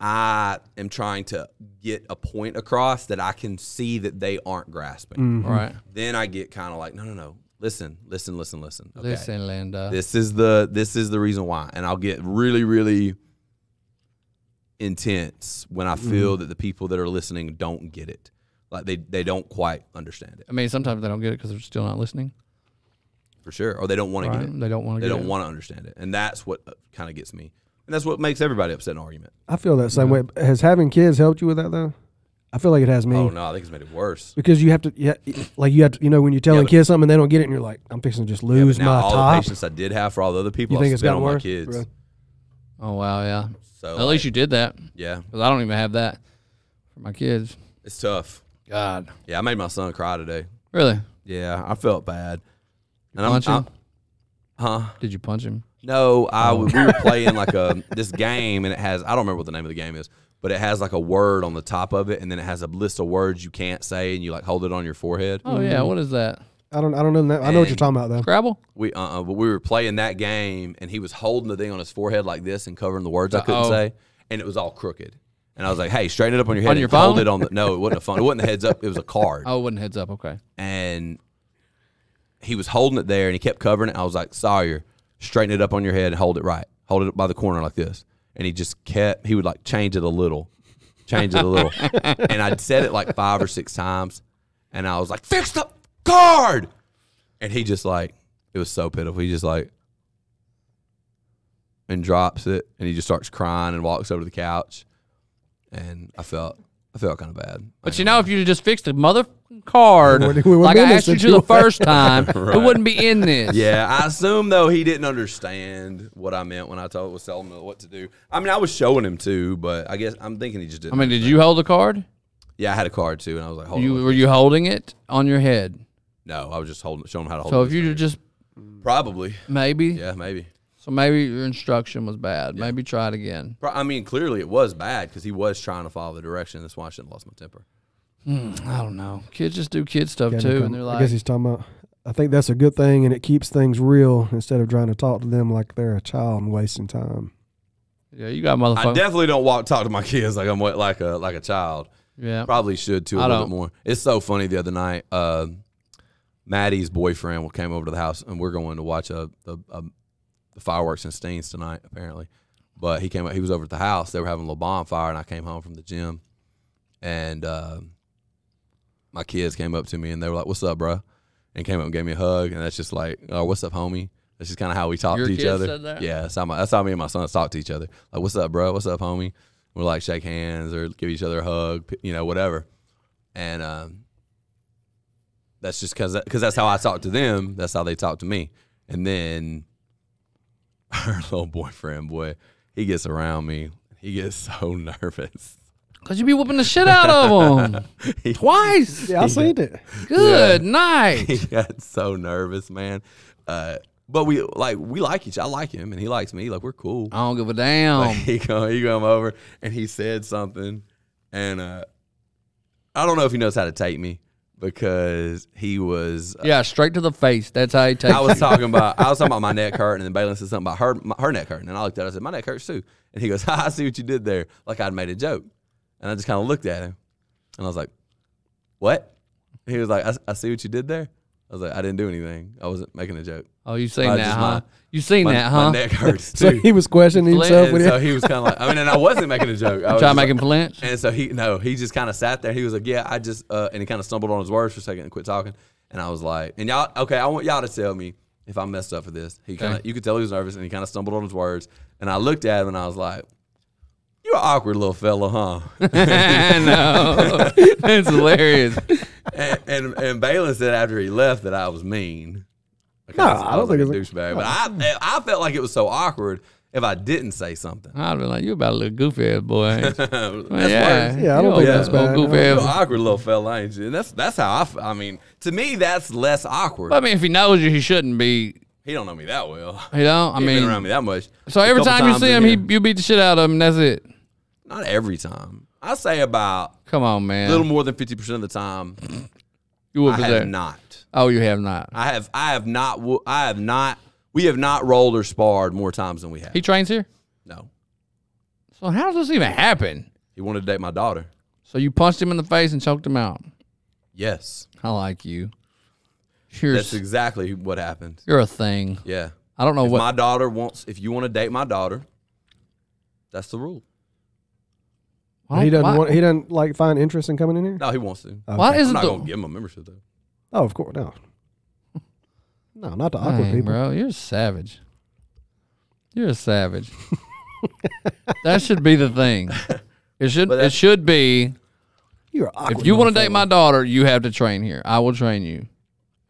I am trying to get a point across that I can see that they aren't grasping.
Mm-hmm.
right.
Then I get kind of like no no no, listen listen listen listen. Okay.
Listen, Linda.
This is the this is the reason why, and I'll get really really intense when I
Mm-hmm.
feel that the people that are listening don't get it. Like they they don't quite understand it
I mean, sometimes they don't get it because they're still not listening.
for sure, or they don't want to
Right?
get it.
They don't want to.
They
get
don't
it.
want to understand it, and that's what kind of gets me, and that's what makes everybody upset in an argument.
I feel that same way. Has having kids helped you with that though? I feel like it has me.
Oh no, I think it's made it worse.
Because you have to, yeah, like you have to, you know, when you're telling
but-
kids something and they don't get it, and you're like, I'm fixing to just
Yeah, but
lose
now
my
all the
top.
patience I did have for all the other people,
You think
I've
it's
spent
gotten
on my
worse?
kids.
Really?
Oh wow, yeah.
So
At least you did that
yeah,
because I don't even have that for my kids.
it's tough.
God,
Yeah, I made my son cry today.
really?
Yeah, I felt bad. And
Punch him?
I'm, I'm huh?
Did you punch him?
No, I w- we were playing like a this game, and it has I don't remember what the name of the game is, but it has like a word on the top of it, and then it has a list of words you can't say, and you like hold it on your forehead.
Oh yeah. What is that?
I don't, I don't know. That. I know what you're
And-
talking about though.
Scrabble?
We uh, uh but we were playing that game, and he was holding the thing on his forehead like this and covering the words I couldn't
Uh-oh.
say, and it was all crooked. And I was like, "Hey, straighten it up on your head.
On
and
your
Hold
phone?
it on the no. It wasn't a phone. It wasn't a heads up. It was a card.
Oh, it wasn't heads up. Okay.
And he was holding it there, and he kept covering it. I was like, Sawyer, straighten it up on your head and hold it right. Hold it by the corner like this. And he just kept. He would like change it a little, change it a little. and I'd said it like five or six times, and I was like, "Fix the card." And he just like, it was so pitiful. He just like, and drops it, and he just starts crying and walks over to the couch. And I felt, I felt kind of bad.
But you know, if you'd have just fixed the mother card,
We wouldn't- we wouldn't
like
be in
I asked
this
you to the
situation.
first time, it wouldn't be in this.
Yeah, I assume though he didn't understand what I meant when I told was telling him what to do. I mean, I was showing him too, but I guess I'm thinking he just didn't.
I mean, did you hold the card?
yeah, I had a card too, and I was like, hold
You
on.
were you holding it on your head?
No, I was just holding, showing him how to hold.
So
it.
if you just
probably,
maybe,
yeah, maybe.
so maybe your instruction was bad. Maybe try it again.
Pro- I mean, clearly it was bad because he was trying to follow the direction. That's why I shouldn't have lost my temper.
I don't know. Kids just do kid stuff
Yeah,
too,
no
and they're
comment.
like,
I guess he's talking about. I think that's a good thing, and it keeps things real instead of trying to talk to them like they're a child and wasting time.
"Yeah, you got
I
motherfucker."
definitely don't walk talk to my kids like I'm wa- like a like a child.
yeah,
Probably should too
I
a little
don't.
bit more. It's so funny the other night. Uh, Maddie's boyfriend came over to the house, and we're going to watch a, a, a the fireworks in Steens tonight, apparently. But he came out. He was over at the house. They were having a little bonfire, and I came home from the gym, and uh, my kids came up to me and they were like, "What's up, bro?" And came up and gave me a hug, and that's just like, "Oh, what's up, homie?" That's just kind of how we talk
Your
to each
kids
other.
said that?
Yeah, that's how, my, that's how me and my sons talk to each other. Like, "What's up, bro? What's up, homie?" We're like shake hands or give each other a hug, p- you know, whatever. And um, that's just because that's how I talk to them. That's how they talk to me. And then her little boyfriend, boy, he gets around me. He gets so nervous.
cause you be whooping the shit out of them
He-
twice.
Yeah, I seen it.
Good night.
he got so nervous, man. Uh, but we like we like each. I like him, and he likes me. Like we're cool.
I don't give a damn.
he come he come over and he said something, and uh, I don't know if he knows how to take me because he was uh,
yeah, straight to the face. That's how he takes.
I
it.
was talking about I was talking about my neck hurting, and then Balin said something about her my, her neck hurting, and I looked at her. I said, "My neck hurts too." And he goes, "Ha, "I see what you did there," like I'd made a joke, and I just kind of looked at him, and I was like, "What?" And he was like, I, I see what you did there." I was like, "I didn't do anything. I wasn't making a joke."
oh, you seen
Uh,
that,
just
huh?
my-
you seen
My,
that,
my
huh?
neck hurts
So
too.
he was questioning himself.
and
With
so
it.
he was kind of like, I mean, and I wasn't making a joke. I was
Try to
just
make him flinch.
and so he no, he just kind of sat there. He was like, "Yeah, I just," uh, and he kind of stumbled on his words for a second and quit talking. And I was like, "And y'all, okay, I want y'all to tell me if I messed up for this." He kind of,
Okay.
you could tell he was nervous, and he kind of stumbled on his words. And I looked at him and I was like, "You're an awkward little fella, huh?"
I know. it's hilarious.
and and, and Balin said after he left that I was mean. Like,
No,
was-
I don't
was
think
like a
it's-
douchebag. But I I felt like it was so awkward if I didn't say something.
I'd be like, you about a little goofy ass boy. ain't you?"
That's
yeah,
worse.
Yeah, I don't
you
think
a
that's
little
bad.
Goofy
You're an
ass.
awkward little fella, ain't you? And that's that's how I. f- I mean, to me, that's less awkward.
I mean, if he knows you, he shouldn't be.
he don't know me that well.
You know, I
He ain't been
mean,
around me that much.
so
A
every
couple
time you
times
see
in
him,
here.
he you beat the shit out of him. And that's it.
not every time. I say about
Come on,
a
man.
little more than fifty percent of the time.
you whoop
I
his
have
ass.
not.
Oh, you have not.
I have. I have not. wo- I have not. We have not rolled or sparred more times than we have.
He trains here.
no,
So how does this even happen?
he wanted to date my daughter.
So you punched him in the face and choked him out.
Yes,
I like you. You're
that's exactly what happened.
you're a thing.
Yeah,
I don't know
if
Oh, what.
my daughter wants. If you want to date my daughter, that's the rule.
I don't-
he doesn't
why,
want. He doesn't like find interest in coming in here.
No, he wants to.
why
Okay.
I'm
isn't
not
the
gonna give him a membership though.
Oh, of course, no. No, not the awkward
Dang,
people.
bro? You're a savage. You're a savage. that should be the thing. It should.
But
It
that's-
should be.
You're awkward.
If you want to
motherfucker.
date my daughter, you have to train here. I will train you,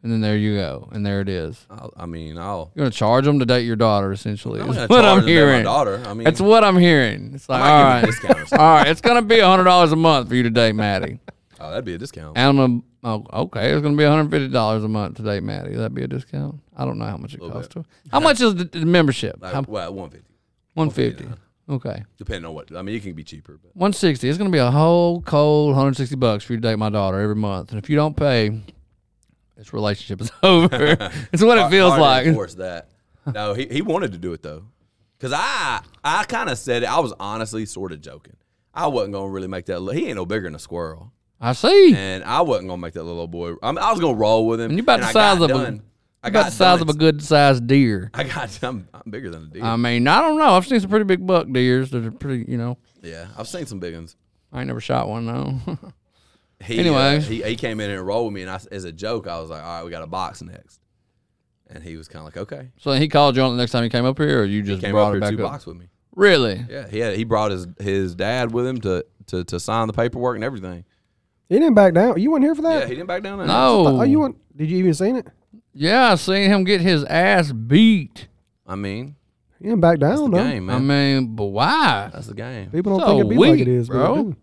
and then there you go, and there it is.
I'll, I mean, I'll.
You're gonna charge them to date your daughter, essentially.
I'm
is
not
what
charging
I'm
them to date My
hearing.
daughter. I mean,
That's what I'm hearing. It's like,
might
all
give her a
right,
discount or something.
all right, it's gonna be hundred dollars a month for you to date Maddie.
oh, that'd be a discount.
And I'm oh, okay, it's gonna be hundred fifty dollars a month to date Maddie. That'd be a discount. I don't know how much it costs. her. How much is the, the membership?
Like,
How-
well, one fifty.
One fifty. Okay.
Depending on what. I mean, it can be cheaper, but
One sixty. It's gonna be a whole cold hundred sixty bucks for you to date my daughter every month. And if you don't pay, this relationship is over. it's what it feels like.
Force that. No, he, he wanted to do it though, because I I kind of said it. I was honestly sort of joking. I wasn't gonna really make that. Li- he ain't no bigger than a squirrel,
I see.
and I wasn't gonna make that little old boy. I, mean, I was gonna roll with him.
And you about the
I
size of
got
a-
done. I
about
got
the size
done.
of a Um, good sized deer.
I got. I'm, I'm bigger than a deer.
I mean, I don't know. I've seen some pretty big buck deers that are pretty. You know,
yeah, I've seen some big ones.
I ain't never shot one though.
He,
Anyway.
uh, he he came in and rolled with me, and I, as a joke, I was like, "All right, we got a box next," and he was kind of like, "Okay."
so he called you on the next time he came up here, or you
He
just
came
brought it
up here
back
two
up?
box with me.
Really?
Yeah, he had, he brought his his dad with him to to to sign the paperwork and everything.
He didn't back down. You weren't here for that.
Yeah, he didn't back down. on that.
No.
oh, you weren't. Did you even seen it?
Yeah, I seen him get his ass beat.
I mean,
He didn't back down.
the
though.
game, man.
I mean, but why?
That's the game.
People don't
So
think it be like
weak,
it is,
bro.
bro. But it do.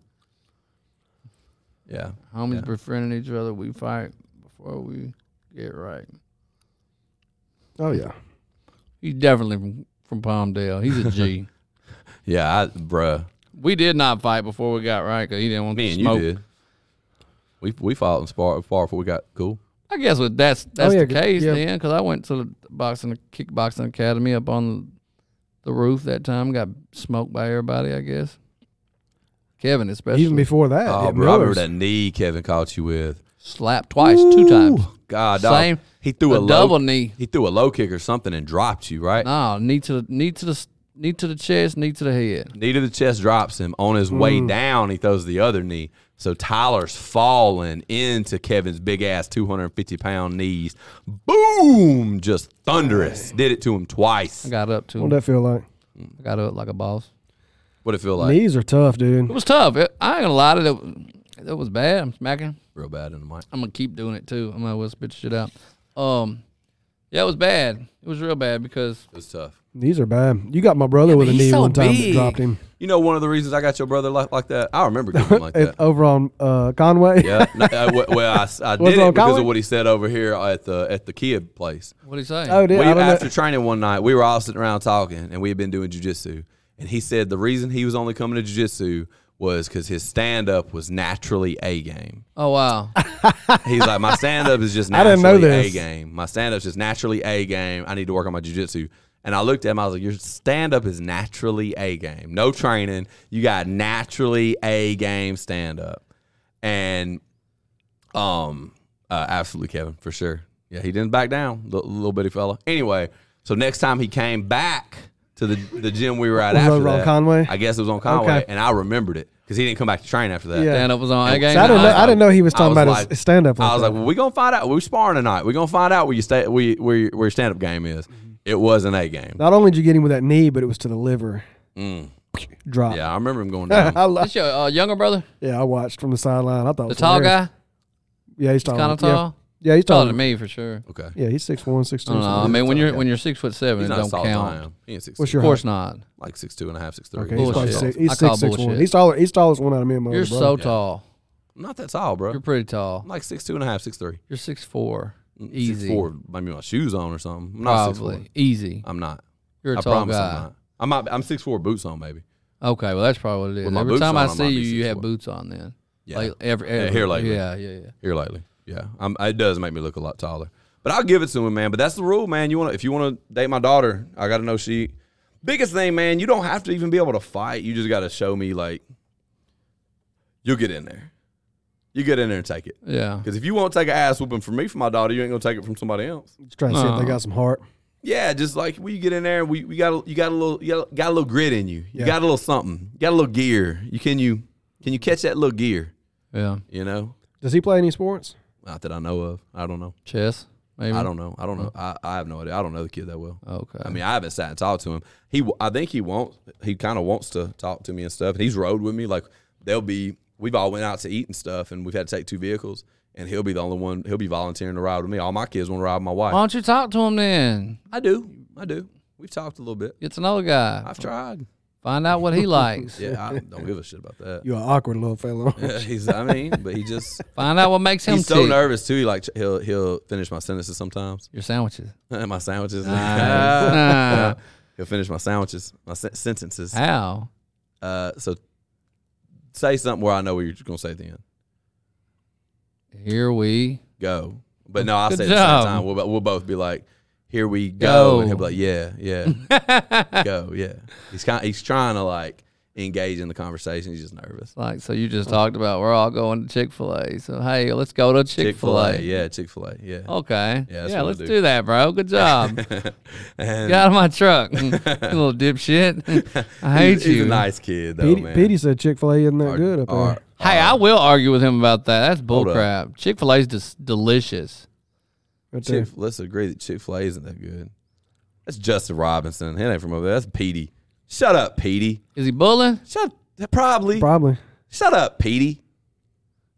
Yeah.
Homies
Yeah.
befriending each other. We fight before we get right.
oh yeah.
He's definitely from, from Palmdale. He's a G.
Yeah, I, bruh.
we did not fight before we got right because he didn't want
Me
to
and
smoke.
you did. We we fought and sparred far before we got cool.
I guess with that's that's
Oh, yeah,
the
'cause-
case
yeah.
then, 'cause then because I went to the boxing kickboxing academy up on the roof that time. Got smoked by everybody, I guess. Kevin especially
Even before that,
Oh,
at
bro, I remember
Miller's.
that knee Kevin caught you with.
slapped twice, two times.
God, dog.
Same.
He threw
A
a, low,
double knee.
He threw a low kick or something and dropped you right.
No, knee to the knee to the s- knee to the chest, knee to the head.
Knee to the chest drops him. On his way
Mm.
down, he throws the other knee. So Tyler's falling into Kevin's big ass 250 pound knees. Boom! Just thunderous. Did it to him
I
twice.
got up to
What
him.
that feel like?
I got up like a boss.
What it feel like?
Knees are tough,
It
dude.
was tough. It, I ain't gonna lie to you. It, it was bad. I'm smacking.
Real bad in the mic.
I'm gonna keep doing it too. I'm gonna well spit shit out. Um, yeah, it was bad. It was real bad because
It was tough.
Knees are bad. You got my brother with a
he's
knee
so
one time
big.
that dropped him
You know, one of the reasons I got your brother like, like that, I remember getting him like
It-
that.
over on uh, Conway.
Yeah. No, I- well, well, I, s- I
What's
did it
wrong,
because
Conway?
of what he said over here at the at the kid place.
what do you say?
Oh, dude,
we,
I don't know.
after training one night, we were all sitting around talking, and we had been doing jujitsu. And he said the reason he was only coming to jujitsu was because his stand up was naturally a game.
oh wow.
He's like, my stand up is just
I didn't
naturally
know
a
this.
game. My stand up's just naturally a game. I need to work on my jujitsu. And I looked at him. I was like, your stand up is naturally a game. No training. You got naturally a game stand up. And um, uh, absolutely, Kevin, for sure. Yeah, he didn't back down, li- little bitty fella. Anyway, so next time he came back to the, the gym we were at
Was it
after
on
that,
Conway?
I guess it was on Conway,
Okay.
and I remembered it because he didn't come back to train after that.
Yeah.
Stand up was on a game.
So I didn't know.
night.
I didn't know he was
I
talking
was
about
like-
his stand up.
I was like, well, we're gonna find out. We're sparring tonight. We're gonna find out where you stay, where you, where, your- where your stand up game is.
Mm-hmm.
It was an A game.
not only did you get him with that knee, but it was to the liver.
Mm.
Drop.
Yeah, I remember him going down.
I lo-
That's your uh, younger brother,
yeah, I watched from the sideline. I thought it
the
was
tall
hilarious.
guy,
Yeah, he's tall.
kind of tall,
Yeah, yeah he's tall.
taller than me for sure.
okay,
Yeah, he's six one, six two.
I don't know. I mean, when you're when you're six foot seven,
he's
it
not
don't
as tall
count.
as I am. He ain't six,
What's
two,
your
Of
height?
course not.
like six two and a half, six three.
Okay,
He's
he's probably
not
Bullshit.
six.
I
tall.
He's
call
six six one.
bullshit.
He's taller. He's taller than one out of me and my
You're
other
so
brother.
tall.
I'm not that tall, bro.
You're pretty tall.
I'm like six two and a half, six three.
You're six four. Easy.
Mm, Six four. Maybe my shoes on or something. I'm not six four.
Probably easy.
I'm not.
You're a
I
tall
promise
guy.
I'm not. I'm not. I'm six four boots on, baby.
Okay, well that's probably what it is.
With my
Every
boots
time
on,
I
I might
see
be
you, you have
6'4".
boots on then.
Yeah.
Like every,
Yeah,
every
here lately.
Yeah, yeah, yeah.
here lately. Yeah, I'm, it does make me look a lot taller, but I'll give it to him, man. But that's the rule, man. You want to if you want to date my daughter, I got to know she. Biggest thing, man. You don't have to even be able to fight. You just got to show me like you'll get in there. You get in there and take it.
Yeah.
Because if you won't take an ass whooping from me for my daughter, you ain't gonna take it from somebody else.
Just trying to see if they
No.
got some heart.
Yeah, just like we get in there, we, we got a, you got a little you got, got a little grit in you. You
Yeah.
got a little something. You got a little gear. You can you can you catch that little gear?
Yeah.
You know,
Does he play any sports?
not that I know of. I don't know.
Chess, maybe.
I don't know. I don't know. I, I have no idea. I don't know the kid that well.
Okay.
I mean, I haven't sat and talked to him. He, w- I think he wants. He kind of wants to talk to me and stuff. And he's rode with me. Like they'll be. We've all went out to eat and stuff, and we've had to take two vehicles. And he'll be the only one. He'll be volunteering to ride with me. All my kids want to ride with my wife.
Why don't you talk to him then?
I do. I do. We've talked a little bit.
Get to know the guy.
I've tried.
Find out what he likes.
Yeah, I don't give a shit about that.
You're an awkward little fellow.
he's. I mean, but he just.
Find out what makes him
He's so
tick.
nervous too. He like he'll he'll finish my sentences sometimes.
Your sandwiches.
my sandwiches. Uh,
Ah.
he'll finish my sandwiches. My sen- sentences.
How?
Uh, so say something where I know what you're gonna say at the end.
Here we
Go. But no, I'll
Good
say it at the
job.
same time. We'll, bo- we'll both be like, "Here we go,"
Go.
and he'll be like, "Yeah, yeah, go, yeah." He's kind. He's trying to like. engage in the conversation. He's just nervous.
Like, so you just talked about we're all going to Chick fil A. So, hey, let's go to Chick fil A.
yeah, Chick Fil A, yeah.
Oh, Okay.
Yeah, that's what I
let's
do.
do. that, bro. Good job.
and
Get out of my truck, you little dipshit. I hate
he's,
you.
He's a nice kid though,
oh,
Petey,
man.
Petey said Chick Fil A isn't that
Our-
good up
our-
there.
Hey, I will argue with him about that. That's
Hold up.
bullcrap. Chick Fil A's just delicious.
Right there.
Chick, let's agree that Chick Fil A isn't that good. That's Justin Robinson. He ain't from over there. That's Petey. Shut up, Petey.
Is he bullying?
Shut. Probably.
Probably.
Shut up, Petey.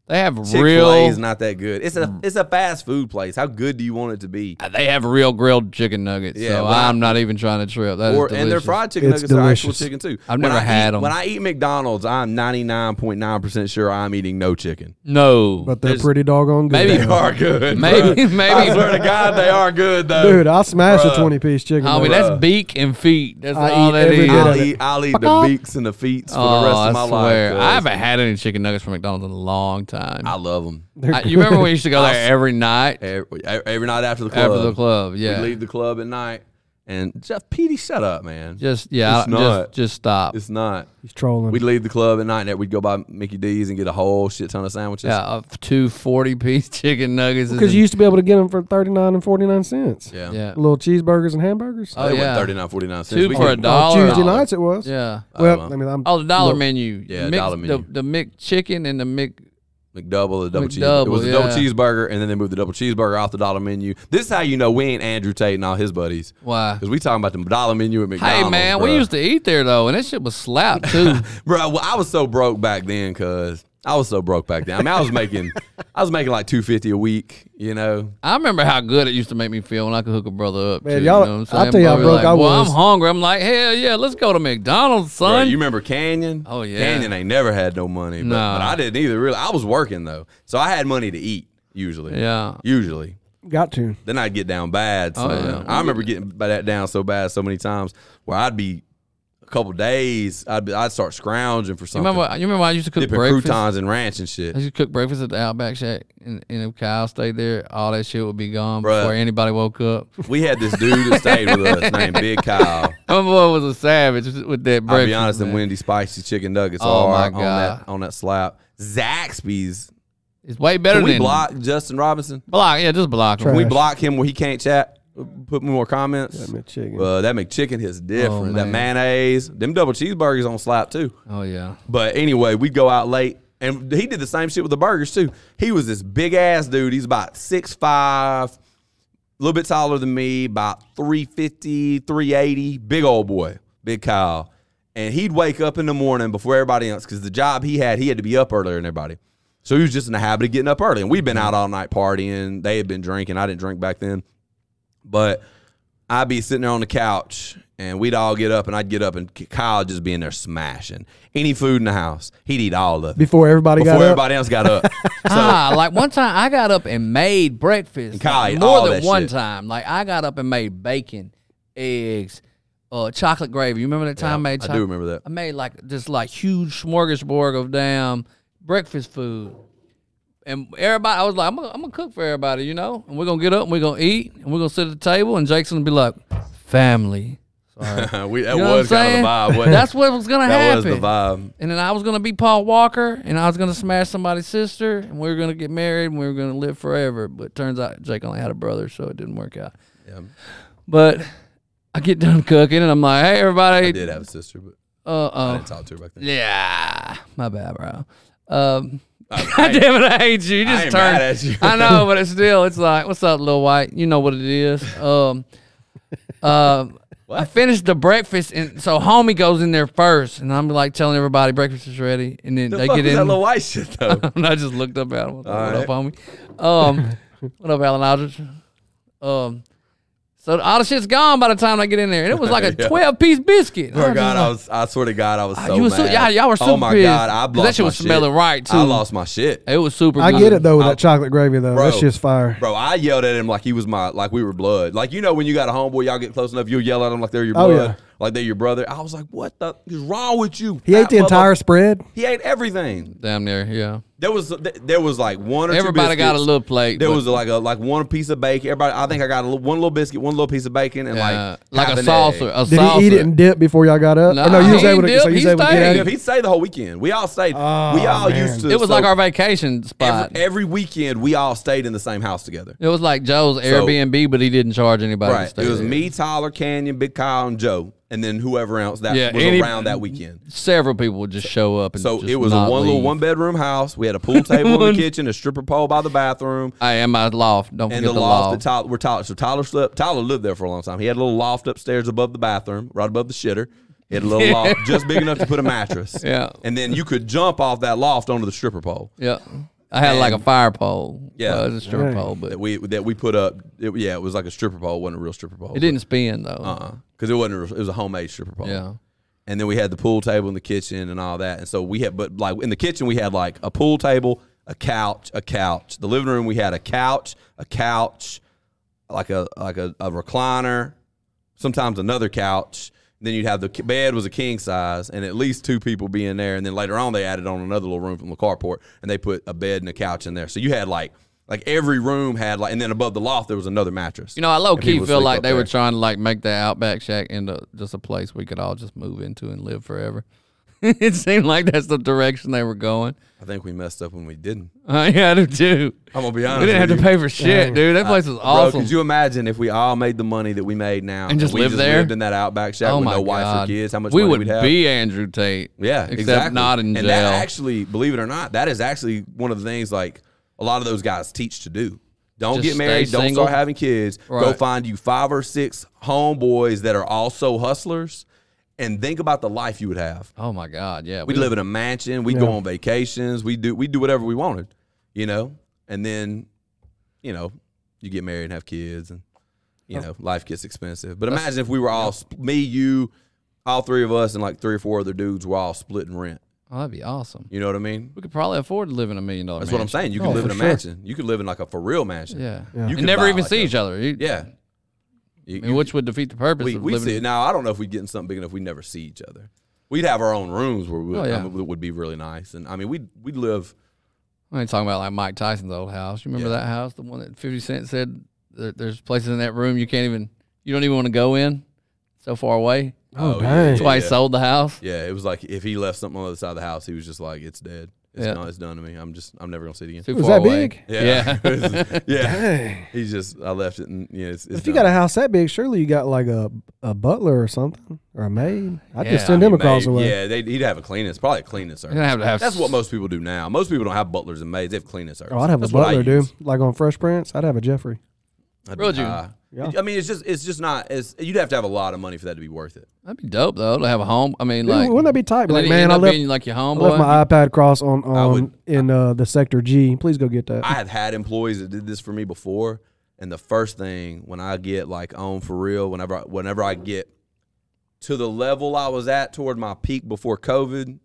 They have
Chick Fil A
real. Mm.
is not that good. It's a it's a fast food place. How good do you want it to be?
they have real grilled chicken nuggets.
Yeah,
so
well, I-
I'm not even trying to trip. That is
Or and their
delicious.
fried chicken
It's
nuggets are actual
delicious.
chicken too.
I've
When
never
I
had
eat-
'em.
When I eat McDonald's, I'm 99.9 percent sure I'm eating no chicken.
No.
But they're
There's-
pretty doggone good.
Maybe-
They are good.
Maybe-
bruh.
maybe-
I swear to God, they are good though.
Dude, I'll smash a
Bruh.
20 piece chicken.
I
nugget.
mean, that's beak and feet. That's
I
all
eat
that
every
is.
bit of
I'll
it.
eat, I'll eat the beaks and the feet for the rest
Oh,
of my
I swear.
life.
I
'cause
haven't had any chicken nuggets from McDonald's in a long time.
I love them
They're
I- you remember we used to go there every night
every, e, every night after the club.
after the club?
we
Yeah.
leave the club at night, and Jeff Petey, shut up, man.
Just yeah,
It's
I-
not.
just just stop.
it's not.
he's trolling.
We'd leave the club at night, and we'd go by Mickey D's and get a whole shit ton of sandwiches.
Yeah, uh, two 40 piece chicken nuggets. is
Because
a-
you used to be able to get them for 39 and 49 cents.
yeah.
yeah,
Little cheeseburgers and hamburgers.
Oh,
they
yeah.
went 39, 49 cents.
Two
We
for
could-
a dollar.
On Tuesday
Dollar.
nights it was.
yeah.
Well,
Oh,
I mean, I'm,
Oh, the dollar
Look,
menu.
Yeah,
Mixed-
dollar menu.
The, the mixed chicken and the mix.
McDouble, a double cheeseburger.
McDouble,
It was a double
yeah.
cheeseburger, and then they moved the double cheeseburger off the dollar menu. This is how you know we ain't Andrew Tate and all his buddies.
Why?
Because we talking about the dollar menu at McDonald's.
Hey man, we
bruh.
used to eat there though, and that shit was slap too.
Bro, well, I was so broke back then because I was so broke back then. I mean, I was making, I was making like two fifty a week. You know,
I remember how good it used to make me feel when I could hook a brother up.
Man,
too,
y'all-
you know what I'm
I'll
saying?
tell you how
I'd be
broke
like,
I
Well,
was."
I'm hungry. I'm like, hell yeah, let's go to McDonald's,
Bro,
son.
you remember Canyon?
Oh, yeah.
Canyon ain't never had no money. But,
Nah.
but I didn't either. Really, I was working though, so I had money to eat usually.
yeah.
usually.
got to.
Then I'd get down bad.
Oh,
son.
yeah.
I remember getting by that down so bad so many times where I'd be a couple days. I'd be, I'd start scrounging for
You
something.
remember? You remember when I used to cook
dipping
breakfast?
croutons and ranch and shit.
I used to cook breakfast at the Outback Shack, and, and if Kyle stayed there, all that shit would be gone
Bruh.
before anybody woke up.
We had this dude that stayed with us named Big Kyle.
My boy was a savage with that breakfast.
I'll be honest,
man.
and Wendy spicy chicken nuggets
Oh,
are
my
on that
God.
on that slap. Zaxby's.
it's way better
Can we
than
block Justin Robinson?
Block, yeah, just block him.
Can we
Trash.
block him where he can't chat? Put more comments.
That meant chicken.
Uh, that McChicken is different. that
Oh, man.
mayonnaise, them double cheeseburgers on slap too.
Oh yeah,
But anyway, we'd go out late, and he did the same shit with the burgers too. He was this big ass dude. He's about six five, a little bit taller than me, about 350, 380, big old boy, big Kyle. And he'd wake up in the morning before everybody else because the job he had, he had to be up earlier than everybody. So he was just in the habit of getting up early. And we'd been out all night partying. They had been drinking. I didn't drink back then. But I'd be sitting there on the couch and we'd all get up and I'd get up and Kyle would just be in there smashing any food in the house. He'd eat all of it
Before everybody
before
got up.
everybody else got up. so
ah, like one time I got up and made breakfast.
Kyle
Like,
ate
more
all
than
that
one
shit.
time. Like I got up and made bacon, eggs, uh, chocolate gravy. You remember that time I made?
I
Chocolate?
do remember that.
I made like this like huge smorgasbord of damn breakfast food. And everybody, I was like, I'm gonna, I'm gonna cook for everybody, you know. And we're gonna get up and we're gonna eat and we're gonna sit at the table and Jake's gonna be like, family.
we,
You know
that was
what I'm
kind of the
saying?
vibe. wasn't it?
That's what was gonna
that
happen.
was the vibe.
And then I was gonna be Paul Walker, and I was gonna smash somebody's sister, and we were gonna get married, and we were gonna live forever. But turns out Jake only had a brother, so it didn't work out.
Yeah.
But I get done cooking, and I'm like, "Hey, everybody!"
I did have a sister, but
Uh
I
oh.
didn't talk to her back then.
Yeah, my bad, bro. Um,
I,
God damn it, I hate you. You
I
just
ain't
turned.
mad at you.
I know, but it's still, it's like, what's up, little white? You know what it is. Um, um, I finished the breakfast, and so homie goes in there first, and I'm like telling everybody breakfast is ready, and then
the
they
fuck
get
was
in.
that little white shit though?
and I just looked up at him. What
All
up, homie? Um, what up, Alan Aldridge? Um, so all the shit's gone by the time I get in there, and it was like a
Yeah.
twelve piece biscuit. And I
Swear to
was
God,
just like,
I was. I swear to God, I was
Ah,
so
you were
mad.
so- yeah, y'all were
Oh
super
my
pissed.
God, I
'Cause that
lost
shit was
my
smelling right,
I
too.
lost my shit,
it was super.
I
good.
get it though.
I'll-
that chocolate gravy though.
bro.
That's just fire.
bro. I yelled at him like he was my like we were blood. Like you know when you got a homeboy, y'all get close enough, you'll yell at him like they're your
Oh,
blood,
yeah.
like they're your brother. I was like, what the is wrong with you?
He ate
fat
the entire
mother-
spread.
He ate everything.
Damn near, yeah.
There was there was like one or two
Everybody got a
biscuits.
little plate.
There
but,
was like a like one piece of bacon. Everybody, I think I got a, little- one little biscuit, one little piece of bacon, and
uh, like
like
a
half an
saucer.
egg.
A
Did
saucer.
he eat it and dip before y'all got up? Or
No,
you was
he
able to.
didn't
So you
dip. He
was able to get at
stayed.
Yeah,
it.
he stayed the whole weekend. We all stayed.
Oh,
we all
man.
used to.
it was
so
like our vacation spot.
every, every weekend. We all stayed in the same house together.
it was like Joe's Airbnb, but he didn't charge anybody. To
Right.
stay
It was
there.
me, Tyler, Canyon, Big Kyle, and Joe, and then whoever else that
Yeah,
was
any-
around that weekend.
Several people would just show up and
So
just
it was a
not
one little
leave.
one bedroom house. We had a pool table in the kitchen, a stripper pole by the bathroom,
I am my loft. Don't
and
forget
the
the
loft
loft.
that Tyler, where Tyler. So Tyler slept. Tyler lived there for a long time. He had a little loft upstairs above the bathroom, right above the shitter. He had a little loft just big enough to put a mattress.
Yeah.
And then you could jump off that loft onto the stripper pole
yeah, I had like a fire pole.
Yeah.
Well, it was a stripper
Dang.
pole, but
that we that we put up. It, yeah, it was like a stripper pole. It wasn't a real stripper pole.
it didn't spin though.
Uh-uh. because it wasn't. A, real- it was a homemade stripper pole.
Yeah.
and then we had the pool table in the kitchen and all that. And so we had, but like in the kitchen, we had like a pool table, a couch, a couch. The living room, we had a couch, a couch, like a like a, a recliner, sometimes another couch. Then you'd have the k- bed was a king size, and at least two people being there. And then later on, they added on another little room from the carport, and they put a bed and a couch in there. So you had like like every room had like, and then above the loft there was another mattress.
You know, I low
And people
key
would
feel
sleep
like
up
they were
there.
trying to like make the Outback Shack into just a place we could all just move into and live forever. it seemed like that's the direction they were going.
I think we messed up when we didn't.
I had to do.
I'm gonna be honest.
We didn't have
with
to
you.
pay for shit, dude. That place was
Bro,
awesome.
could you imagine if we all made the money that we made now
And just
we
lived there?
lived in that Outback shack
oh
with
my
no
god,
wife or kids? How much
we
money
would
we'd have?
be Andrew Tate.
yeah,
except
exactly.
not in
and
jail.
that actually, believe it or not, that is actually one of the things like a lot of those guys teach to do. Don't
Just
get married.
stay
Don't
single?
start having kids. Go
Right.
find you five or six homeboys that are also hustlers, and think about the life you would have.
oh my god, yeah.
We'd live in a mansion. We'd go on vacations. We do we do whatever we wanted, you know. And then, you know, you get married and have kids, and
Oh.
you know, life gets expensive. But imagine if we were all sp- me, you, all three of us, and like three or four other dudes were all splitting rent.
Oh, that'd be awesome.
You know what I mean?
We could probably afford to live in a million dollar.
That's what I'm saying. You could
Oh,
live in
for
a
sure.
mansion. You could live in like a for real mansion.
Yeah.
Yeah.
You
You
and
could
never
buy,
even
like,
see
a-
each other. You-
Yeah. You-
I mean,
you-
which would defeat the purpose
we
of
we
living.
see now. I don't know if we'd get in something big enough we'd never see each other. We'd have our own rooms where we
Oh,
would,
yeah.
I mean, it would be really nice. And I mean, we'd we'd live.
I ain't talking about like Mike Tyson's old house. You remember
Yeah.
that house, the one that Fifty Cent said that there's places in that room you can't even, you don't even want to go in, so far away.
Oh,
yeah,
dang.
That's why he sold the house.
Yeah, it was like if he left something on the other side of the house, he was just like, "It's dead. It's
Yeah.
done. It's done to me. I'm just. I'm never gonna see it again."
Too
Was
far
that
away.
big?
Yeah.
yeah. Yeah.
Dang.
He's just. I left it. And, yeah. It's, it's
If you
done.
got a house that big, surely you got like a a butler or something or a maid. I'd
Yeah,
just send him across the
Maybe-
way.
yeah, they'd, he'd have a cleaning. It's probably a cleaning service.
You're gonna have to have
That's what
s-
most people do now. Most people don't have butlers and maids. They have cleaning service.
Oh, I'd have
That's
a
what I
butler, dude.
use.
Like on Fresh Prince, I'd have a Jeffrey.
I'd
Real
be
Jew.
high.
Yeah.
I mean, it's just. It's just not. It's, you'd have to have a lot of money for that to be worth it.
That'd be dope though to have a home. I mean,
Dude,
like
wouldn't that be tight?
and
Like,
then you
man,
end
I
up
left-
being like your
I
homeboy.
left my iPad cross on on
would-
in uh, the sector G. Please go get that.
I have had employees that did this for me before, and the first thing when I get like on for real, whenever I, whenever I get to the level I was at toward my peak before COVID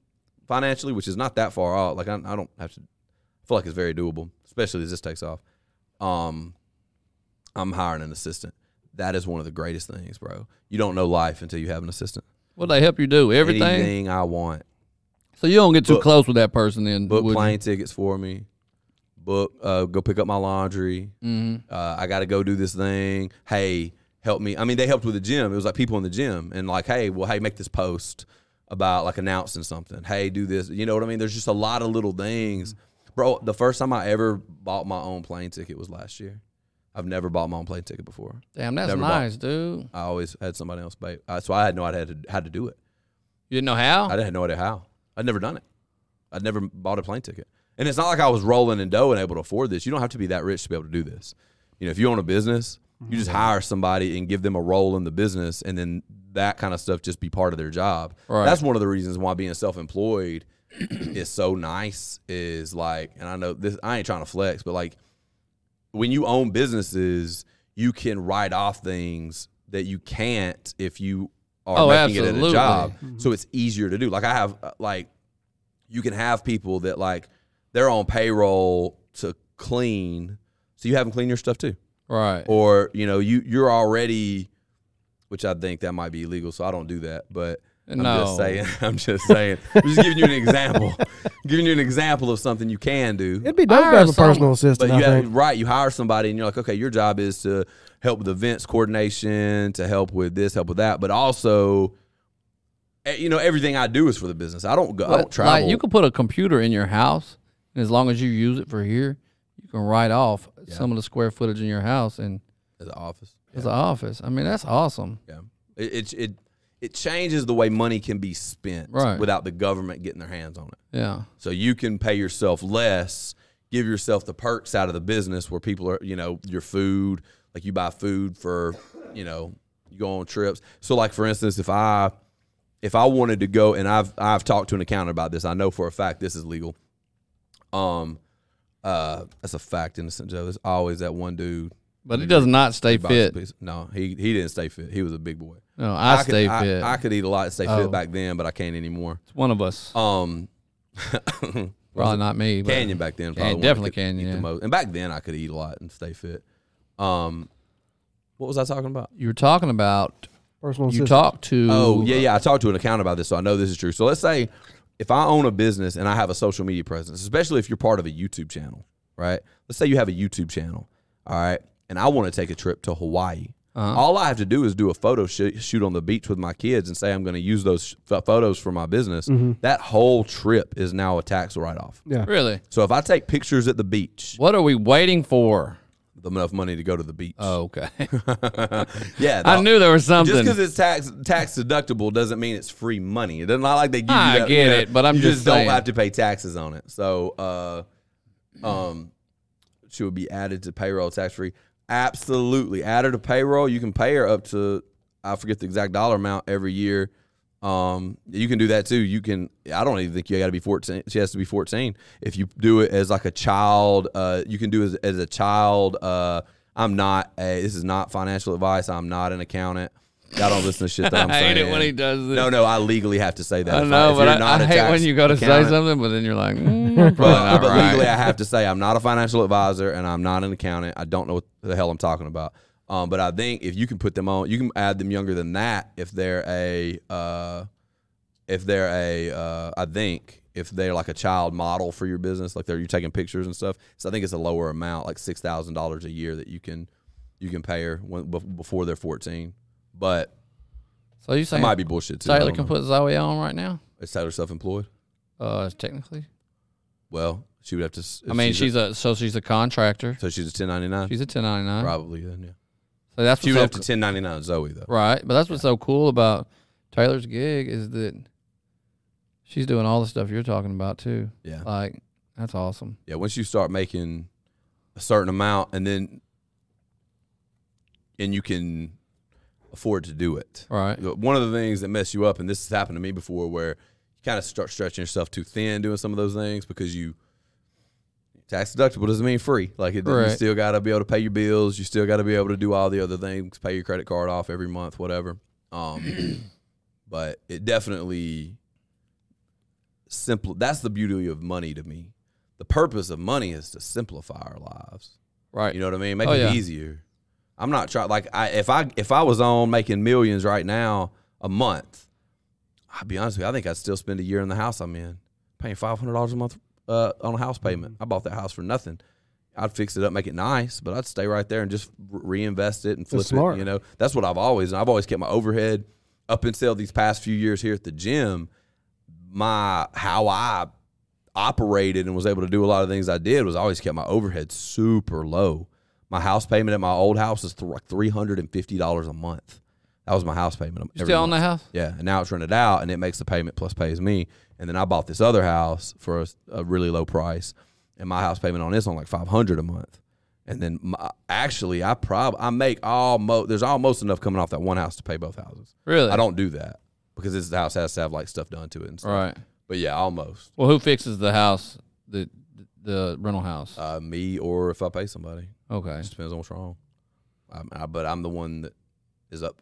financially, which is not that far off. Like I, I don't have to I feel like it's very doable, especially as this takes off. Um, I'm hiring an assistant. That is one of the greatest things, bro. You don't know life until you have an assistant.
What'd they help you do? Everything.
Anything I want.
So you don't get too
Book-
close with that person then.
book
would you?
plane tickets for me. Book, uh, go pick up my laundry.
Mm-hmm.
Uh, I got to go do this thing. Hey, help me. I mean, they helped with the gym. It was like people in the gym and like, hey, well, hey, make this post about like announcing something. Hey, do this. You know what I mean? There's just a lot of little things, bro. The first time I ever bought my own plane ticket was last year. I've never bought my own plane ticket before.
Damn, that's
Never bought-
nice, dude.
I always had somebody else pay, uh, so I had no idea how to, how to do it.
You didn't know how?
I had no idea how. I'd never done it. I'd never bought a plane ticket. And it's not like I was rolling in dough and able to afford this. You don't have to be that rich to be able to do this. You know, if you own a business, you
Mm-hmm.
just hire somebody and give them a role in the business, and then that kind of stuff just be part of their job.
Right.
That's one of the reasons why being self-employed is so nice. Is like, and I know this. I ain't trying to flex, but like when you own businesses, you can write off things that you can't if you are
Oh,
making it at a
absolutely. Mm-hmm.
job. So it's easier to do. Like I have, uh, like you can have people that like they're on payroll to clean, so you have them clean your stuff too,
right.
or you know you you're already, which I think that might be illegal, so I don't do that, but. I'm
no.
just saying. I'm just saying. I'm just giving you an example. giving you an example of something you can do.
It'd be dope
Hire
to have a
someone,
personal assistant.
But you
I
have,
think.
right, you hire somebody and you're like, okay, your job is to help with events coordination, to help with this, help with that, but also, eh, you know, everything I do is for the business. I don't go, I don't
But, like,
travel.
you can put a computer in your house, and as long as you use it for here, you can write off some of the square footage in your house and
to the office.
as an office. I mean, that's awesome.
Yeah, it it it, it changes the way money can be spent
Right.
without the government getting their hands on it.
Yeah.
So you can pay yourself less, give yourself the perks out of the business where people are, you know, your food, like you buy food for, you know, you go on trips. So like for instance, if I if I wanted to go and I've I've talked to an accountant about this, I know for a fact this is legal. Um uh that's a fact, innocent Joe. There's always that one dude
But it does not stay
buys a
fit.
piece- No, he he didn't stay fit. He was a big boy.
No, I,
could,
stay
I,
fit.
I could eat a lot and stay
Oh.
fit back then, but I can't anymore.
it's one of us.
Um
Probably not me. But
Canyon back then. probably when I
definitely
could
Canyon,
eat the
yeah.
most. And back then I could eat a lot and stay fit. Um, what was I talking about?
You were talking about
Personal
you
assistant.
talk to.
Oh
uh,
yeah, yeah. I talked to an accountant about this, so I know this is true. So let's say if I own a business and I have a social media presence, especially if you're part of a YouTube channel, right? Let's say you have a YouTube channel, all right, and I want to take a trip to Hawaii.
Uh-huh.
All I have to do is do a photo shoot, shoot on the beach with my kids and say I'm going to use those ph- photos for my business.
Mm-hmm.
That whole trip is now a tax write off.
Yeah.
Really?
So if I take pictures at the beach,
What are we waiting for?
enough money to go to the beach.
Oh, okay.
yeah,
I
the-
knew there was something.
Just because it's tax tax deductible doesn't mean it's free money. It doesn't not like they give
I
you. That,
get
you know,
it, but I'm
you
just
don't
saying.
have to pay taxes on it. So, uh, um, she would be added to payroll tax free. Absolutely, add her to payroll. You can pay her up to I forget the exact dollar amount every year. Um, you can do that too. You can. I don't even think you got to be fourteen. She has to be fourteen. If you do it as like a child, uh, you can do as as a child. Uh, I'm not. A, this is not financial advice. I'm not an accountant. Y'all don't listen to shit that I'm
I
saying.
hate it when he does this.
No, no, I legally have to say that.
I
If
know,
if
but
you're
I,
not
I
a
hate
tax
when you go to say
accountant-
something, but then you're like, mm, probably
but, uh,
not
but
right.
legally, I have to say I'm not a financial advisor and I'm not an accountant. I don't know what the hell I'm talking about. Um, but I think if you can put them on, you can add them younger than that if they're a, uh, if they're a, uh, I think if they're like a child model for your business, like they're you're taking pictures and stuff. So I think it's a lower amount, like six thousand dollars a year that you can you can pay her when, bef- before they're 14. But
so you
that
saying
might be bullshit too. I
Taylor
don't
can
know.
put Zoe on right now?
Is Taylor self-employed?
Uh, technically,
Well, she would have to. s-
I mean,
if
she's a so she's a contractor.
a, so she's a 1099.
She's a 1099.
Probably then, yeah.
So that's
She
what's
would
so
have to
co-
1099 Zoe though.
right, but that's what's so cool about Taylor's gig is that she's doing all the stuff you're talking about too.
Yeah.
Like that's awesome.
Yeah. Once you start making a certain amount and then and you can afford to do it.
Right.
The- One of the things that mess you up, and this has happened to me before, where you kind of start stretching yourself too thin doing some of those things because you tax deductible doesn't mean free. Like it,
Right.
you still got to be able to pay your bills. You still got to be able to do all the other things, pay your credit card off every month, whatever. Um, but it definitely simple. That's the beauty of money to me. The purpose of money is to simplify our lives.
Right.
You know what I mean? Make
Oh,
it
yeah.
easier. I'm not trying like I if I if I was on making millions right now a month, I'll be honest with you, I think I'd still spend a year in the house I'm in, paying five hundred dollars a month uh, on a house payment.
Mm-hmm.
I bought that house for nothing. I'd fix it up, make it nice, but I'd stay right there and just re- reinvest it and flip
smart.
it. You know, that's what I've always and I've always kept my overhead up until these past few years here at the gym. My how I operated and was able to do a lot of things I did was I always kept my overhead super low. My house payment at my old house is th- like three hundred and fifty dollars a month. That was my house payment.
You
every
still on
month.
the house?
Yeah, and now it's rented out, and it makes the payment plus pays me. And then I bought this other house for a, a really low price, and my house payment on this on like five hundred a month. And then my, actually, I probably I make almost there's almost enough coming off that one house to pay both houses.
Really?
I don't do that because this house has to have like stuff done to it and stuff.
Right.
But yeah, almost
Well, who fixes the house? The the rental house.
uh, me or if I pay somebody,
okay.
it just depends on what's wrong. I, I, but I'm the one that is up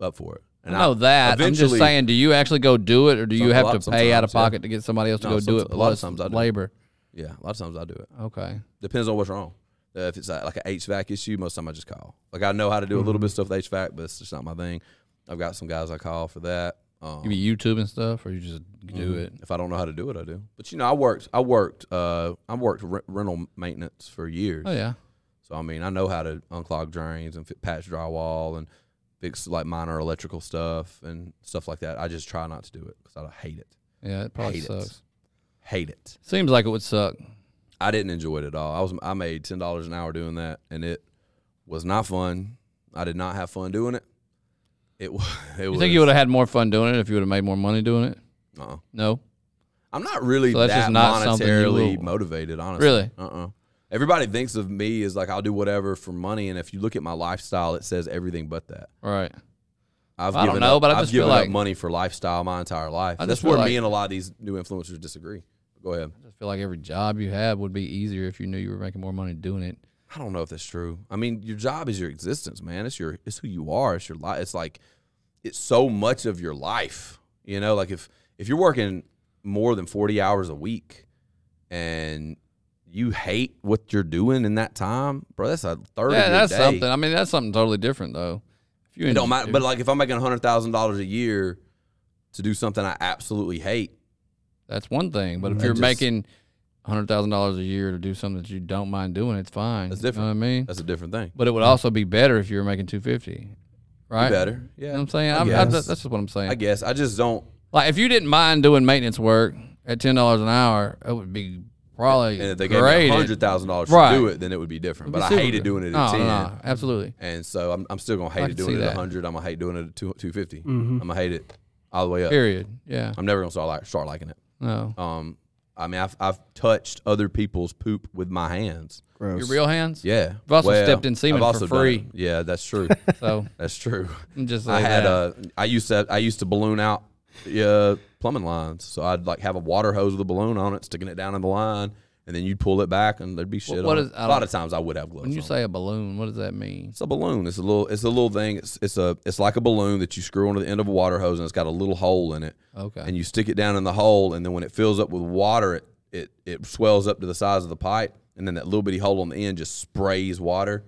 up for it.
I know that. I'm just
eventually-
saying, do you actually go do it, or do you
Some- a
have
lot-
to pay out of
sometimes, yeah.
pocket to get somebody else to
No,
go do
some-
it?
a lot
plus
of times I do.
labor.
Yeah, a lot of times I do it.
Okay.
Depends on what's wrong. Uh, if it's uh, like a HVAC issue, most of the time I
Mm-hmm.
just call. Like I know how to do a little bit of stuff with HVAC, but it's just not my thing. I've got some guys I call for that. Um, mm-hmm.
You be YouTube and stuff, or you just do it.
If I don't know how to do it, I do. But you know, I worked. I worked. Uh, I worked re- rental maintenance for years.
Oh yeah,
So I mean, I know how to unclog drains and fi- patch drywall and fix like minor electrical stuff and stuff like that. I just try not to do it because I hate it.
yeah. It probably
Hate it.
sucks.
Hate it.
Seems like it would suck.
I didn't enjoy it at all. I was I made ten dollars an hour doing that, and it was not fun. I did not have fun doing it. It was. It
You
was.
think you would have had more fun doing it if you would have made more money doing it?
uh-uh.
No.
I'm not really
So that's
that
just not something you
monetarily
will-
motivated, honestly.
Really?
Uh uh Everybody thinks of me as like I'll do whatever for money, and if you look at my lifestyle, it says everything but that.
Right.
I've
I don't
given
know,
up,
but I
I've
just feel
given
like-
up money for lifestyle my entire life.
I
And that's
just feel
where
like-
me and a lot of these new influencers disagree. Go ahead.
I feel like every job you have would be easier if you knew you were making more money doing it.
I don't know if that's true. I mean, your job is your existence, man. It's your it's who you are. It's your life. It's like it's so much of your life. You know, like if if you're working more than 40 hours a week and you hate what you're doing in that time, bro, that's a third of
Yeah,
your
that's
day.
something. I mean, that's something totally different though. If you
It don't
enjoy-
matter. But like if I'm making $100,000 a year to do something I absolutely hate,
that's one thing. But if
I
you're
just-
making hundred thousand dollars a year to do something that you don't mind doing, it's fine.
That's
You know
different.
what I mean?
that's a different thing.
but it would also be better if you were making two fifty. Right.
Better.
You
Yeah.
know what I'm saying?
I
I I,
guess.
that's just what I'm saying.
I guess I just don't
Like if you didn't mind doing maintenance work at ten dollars an hour, it would be probably
and if they gave
great.
me hundred thousand dollars to
Right.
do it, then it would be different. But I
Super
hated
good.
doing it at
No,
ten.
No, no, absolutely.
And so I'm, I'm still gonna hate
I
it
can
doing
see
it at
that. Mm-hmm.
100. I'm gonna hate doing it at 2- 250. I'm gonna hate it all the way up.
Period. Yeah.
I'm never gonna start like start liking it.
No.
Um, I mean, I've I've touched other people's poop with my hands.
Gross.
Your real hands?
Yeah,
I've also stepped in semen for
done
free.
it. Yeah, that's true.
So
that's true.
I'm just
I
like
had
that.
uh, I used to I used to balloon out uh, plumbing lines, so I'd like have a water hose with a balloon on it, sticking it down in the line, and then you'd pull it back, and there'd be shit.
what
on
is-
it.
I
A
don't-
lot of times I would have gloves.
when you
on.
say a balloon, what does that mean?
It's a balloon. It's a little. It's a little thing. It's it's a. It's like a balloon that you screw onto the end of a water hose, and it's got a little hole in it.
Okay.
And you stick it down in the hole, and then when it fills up with water, it it it swells up to the size of the pipe, and then that little bitty hole on the end just sprays water,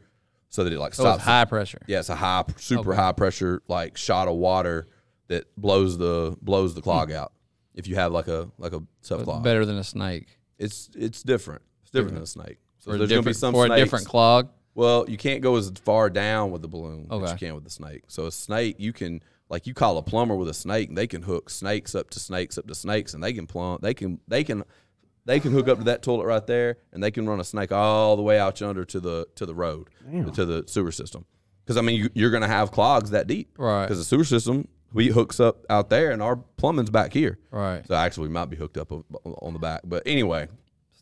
so that it like
So
stops.
it's high pressure.
yeah, it's a high, super high pressure like shot of water that blows the blows the clog
Hmm.
out. If you have like a like a sub
It's
clog,
better than a snake.
it's it's different. It's different than a snake. So
For, a
there's gonna be
different-
some
for a
snakes-
different clog.
well, you can't go as far down with the balloon as
Okay.
you can with the snake. So a snake, you can like you call a plumber with a snake, and they can hook snakes up to snakes up to snakes, and they can plumb. They can they can they can hook up to that toilet right there, and they can run a snake all the way out yonder to the to the road to the sewer system. Because I mean, you, you're gonna have clogs that deep,
Right.
Because the sewer system we hooks up out there, and our plumbing's back here,
Right.
So actually, we might be hooked up o- on the back, but anyway,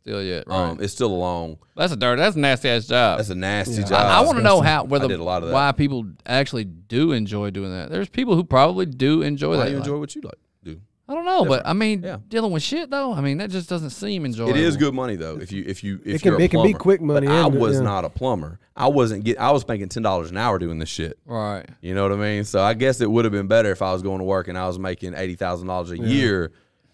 Still yet. Right.
um, it's still a long.
that's a dirty. That's a nasty ass job.
That's a nasty job.
I, want to know how
I
whether
did a lot of that.
why people actually do enjoy doing that. There's people who probably do enjoy
Why
that.
do you
Like,
enjoy what you like? Do
I don't know, but I mean,
Yeah.
dealing with shit though. I mean, that just doesn't seem enjoyable.
it is good money though. If you if you if
Oh, It can-
you're a
it can be
plumber.
quick money,
But I
isn't it?
was
Yeah.
not a plumber. I wasn't get. I was making ten dollars an hour doing this shit.
Right.
You know what I mean? So I guess it would have been better if I was going to work and I was making eighty thousand dollars a year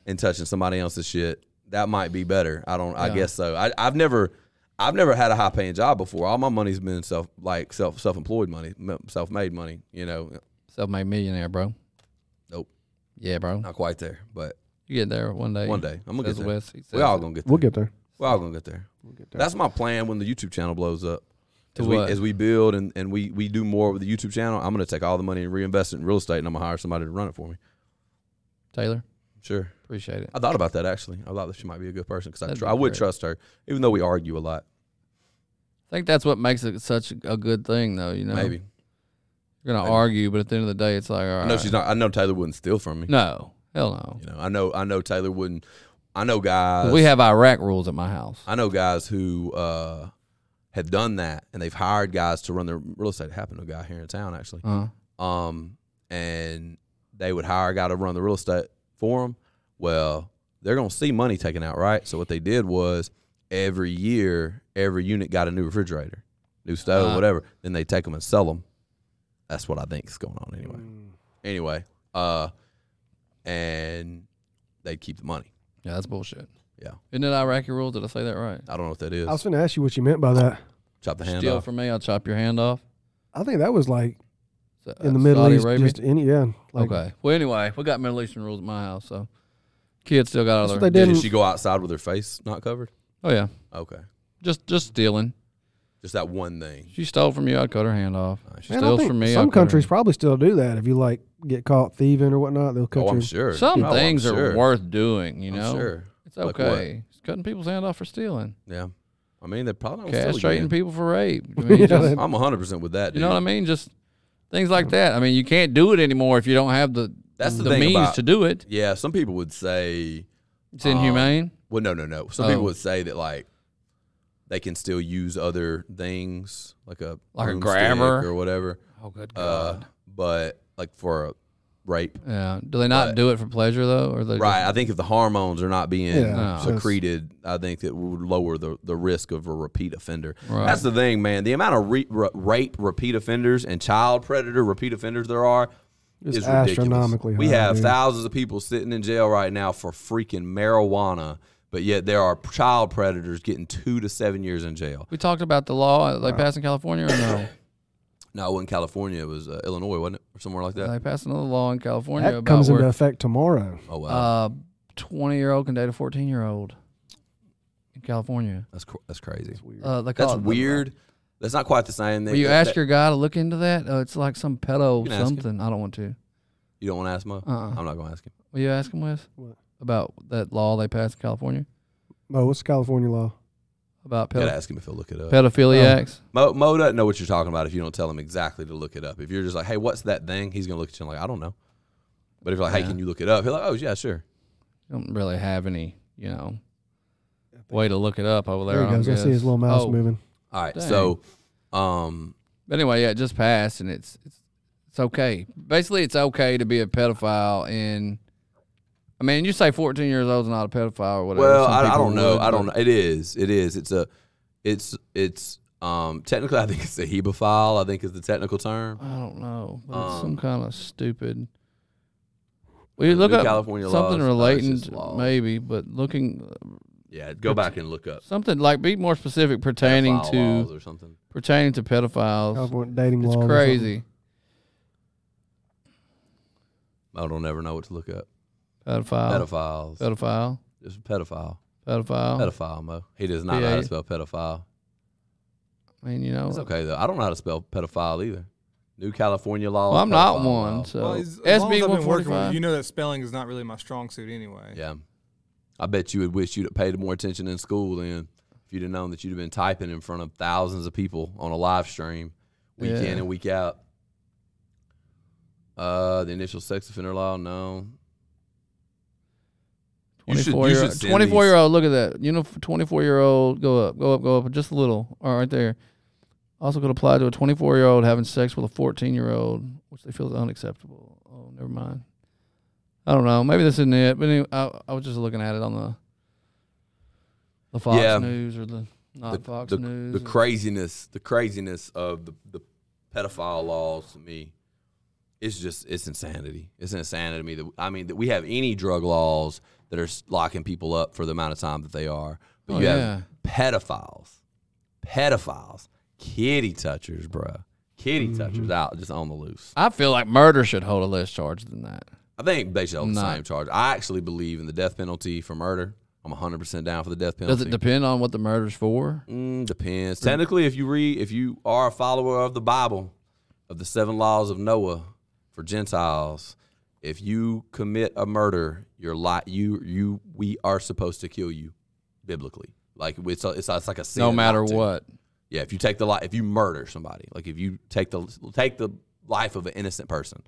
and touching somebody else's shit. That might be better. I don't. I guess so. I, I've never. I've never had a high paying job before. All my money's been self like self self employed money, self made money. You know,
Self-made millionaire, bro.
nope,
Yeah, bro.
not quite there, but
You get there one day.
Uh, one day I'm gonna
Says
get there.
Wes. He
we
says
all
it.
gonna get there.
We'll get there.
We're all gonna get there. That's my plan when the YouTube channel blows up.
To
as, we,
what?
as we build and, and we, we do more with the YouTube channel, I'm gonna take all the money and reinvest it in real estate, and I'm gonna hire somebody to run it for me.
Taylor,
Sure.
appreciate it.
I thought about that actually. I thought that she might be a good person because I,
That'd
tr-
be
I would
great.
trust her, even though we argue a lot.
I think that's what makes it such a good thing, though. You know,
Maybe
you're gonna
maybe.
argue, but at the end of the day, it's like, all right.
I know she's not. I know Taylor wouldn't steal from me.
No, hell no.
You know, I know I know Taylor wouldn't. I know guys.
We have Iraq rules at my house.
I know guys who uh, have done that, and they've hired guys to run their real estate. It happened to a guy here in town actually.
Uh,
um, and they would hire a guy to run the real estate for them. Well, they're going to see money taken out, right? So what they did was every year, every unit got a new refrigerator, new stove,
Uh-huh.
Uh.
whatever. Then they take them and sell them. That's what I think's going on anyway.
Mm.
Anyway, uh, and they keep the money.
yeah, that's bullshit.
Yeah,
Isn't it Iraqi rules? Did I say that right?
I don't know what that is.
I was going to ask you what you meant by that.
Chop the hand
Steal
off.
from me, I'll chop your hand off.
I think that was like
So,
in the
uh,
Middle
Saudi
East,
Arabia?
just any yeah, Like,
Okay. Well, anyway, we got Middle Eastern rules at my house, so kids still got out
That's
of
what they
there.
Did,
did. in-
she go outside with her face not covered?
Oh yeah,
Okay,
just just stealing.
just that one thing.
She stole from you, I'd cut her hand off. She
Man, I
steals
think
from me. I'd
Some
cut her
countries
hand-
probably still do that. If you like get caught thieving or whatnot, they'll cut
Oh, I'm
you.
sure.
some
Oh, I'm
things are
sure.
worth doing. You
I'm
know,
sure.
it's
Like what?
okay. It's cutting people's hand off for stealing,
Yeah, I mean they're probably not
castrating
still
people for rape. I mean, just-
again. I'm 100 percent with that. Dude.
you know what I mean? Just things like that. I mean, you can't do it anymore if you don't have the
That's the
the
thing
means
about- Uh,
to do it.
Yeah, some people would say
It's inhumane.
Well, no, no, no. Some
Oh.
people would say that like they can still use other things, like a
Like a
broomstick
grabber.
or whatever.
oh good
Uh, but like for a rape,
yeah. Do they not
but-
do it for pleasure though, or they just-
right? I think if the hormones are not being
Yeah,
No.
secreted, I think it would lower the, the risk of a repeat offender.
Right.
That's the thing, man. The amount of re- ra- rape repeat offenders and child predator repeat offenders there are.
It's
is ridiculous.
astronomically
We
high,
have
dude.
thousands of people sitting in jail right now for freaking marijuana, but yet there are child predators getting two to seven years in jail.
We talked about the law they passed in California or no?
No, it wasn't California. It was uh, Illinois, wasn't it, or somewhere like that?
they passed another law in California
That
about
comes into
where
effect tomorrow.
Oh wow,
uh, twenty year old can date a fourteen year old in California.
that's cr- that's crazy.
Uh, they call
That's
it the-
weird. That's not quite the same thing.
Will you
That-
ask
that-
your guy to look into that? Uh, it's like some pedo
You can ask him.
something. I don't want to.
You don't want to ask Mo.
Uh-uh.
I'm not going to ask him.
Will you ask him, Wes,
What?
about that law they passed in California
Oh, what's California law?
about
Gotta
pedo-
ask him if he'll look it up.
pedophiliacs?
Mo, Mo doesn't know what you're talking about if you don't tell him exactly to look it up. If you're just like, "Hey, what's that thing?" He's gonna look at you and like, "I don't know." But if you're like, "Hey,
Yeah.
can you look it up?" He'll like, "Oh yeah, sure."
don't really have any, you know, way to look it up over there.
There
I
he
don't
goes. I see his
guess.
little mouse
Oh,
moving.
All right,
Dang.
so, um,
But anyway, yeah, it just passed, and it's it's it's okay. Basically, it's okay to be a pedophile in. I mean, you say fourteen years old is not a pedophile or whatever.
well,
Some
I, I
people
don't know.
would,
I don't
but-
know. It is. It is. It's a. It's it's um technically I think it's a hebophile. I think is the technical term.
I don't know. But it's
Um,
some kind of stupid. We look
new
up
California laws,
something
no, it's
relating,
just
to
laws.
maybe, but looking
Yeah, go back and look up
something like be more specific pertaining
pedophile
to
laws or something.
pertaining to pedophiles.
California dating
it's
law. or something.
crazy.
I don't ever know what to look up.
Pedophile.
Pedophiles.
Pedophile.
Just a pedophile.
Pedophile.
Pedophile, Mo. He does not know how
Oh. Yeah. Oh.
to spell pedophile.
I mean, you know,
It's okay though. I don't know how to spell pedophile either. New California law.
well, I'm not
pedophile
one.
law.
So
Well, as, as long as
SB
I've
one forty
been working with you,
five.
you know that spelling is not really my strong suit anyway.
Yeah. I bet you would wish you'd have paid more attention in school then if you'd have known that you'd have been typing in front of thousands of people on a live stream week
Yeah.
in and week out. Uh, the initial sex offender law, no. You should- you
24 year
should
old,
send
24
these.
year old. Look at that. You know, 24 year old. Go up, go up, go up. Just a little. All right, right there. Also could apply to a 24 year old having sex with a 14 year old, which they feel is unacceptable. Oh, never mind. I don't know. Maybe this isn't it. But anyway, I, I was just looking at it on the the Fox
Yeah.
News or the not
the,
Fox
the-
News.
the
or-
craziness, the craziness of the, the pedophile laws to me, it's just it's insanity. It's insanity to me that I mean that we have any drug laws that are s- locking people up for the amount of time that they are, but
Oh,
you
yeah.
have pedophiles, pedophiles, kitty touchers, bruh. kitty
Mm-hmm.
touchers out just on the loose.
I feel like murder should hold a less charge than that.
I think they should hold the
Nah.
same charge. I actually believe in the death penalty for murder. I'm 100% down for the death penalty.
Does it depend on what the murder's for?
Mm, depends. Technically, if you read, if you are a follower of the Bible, of the seven laws of Noah for Gentiles, if you commit a murder, your lot, you, you, we are supposed to kill you, biblically. Like it's, a, it's, a- it's like a sin.
no
not
matter
to.
what.
Yeah, if you take the life, if you murder somebody, like if you take the take the life of an innocent person,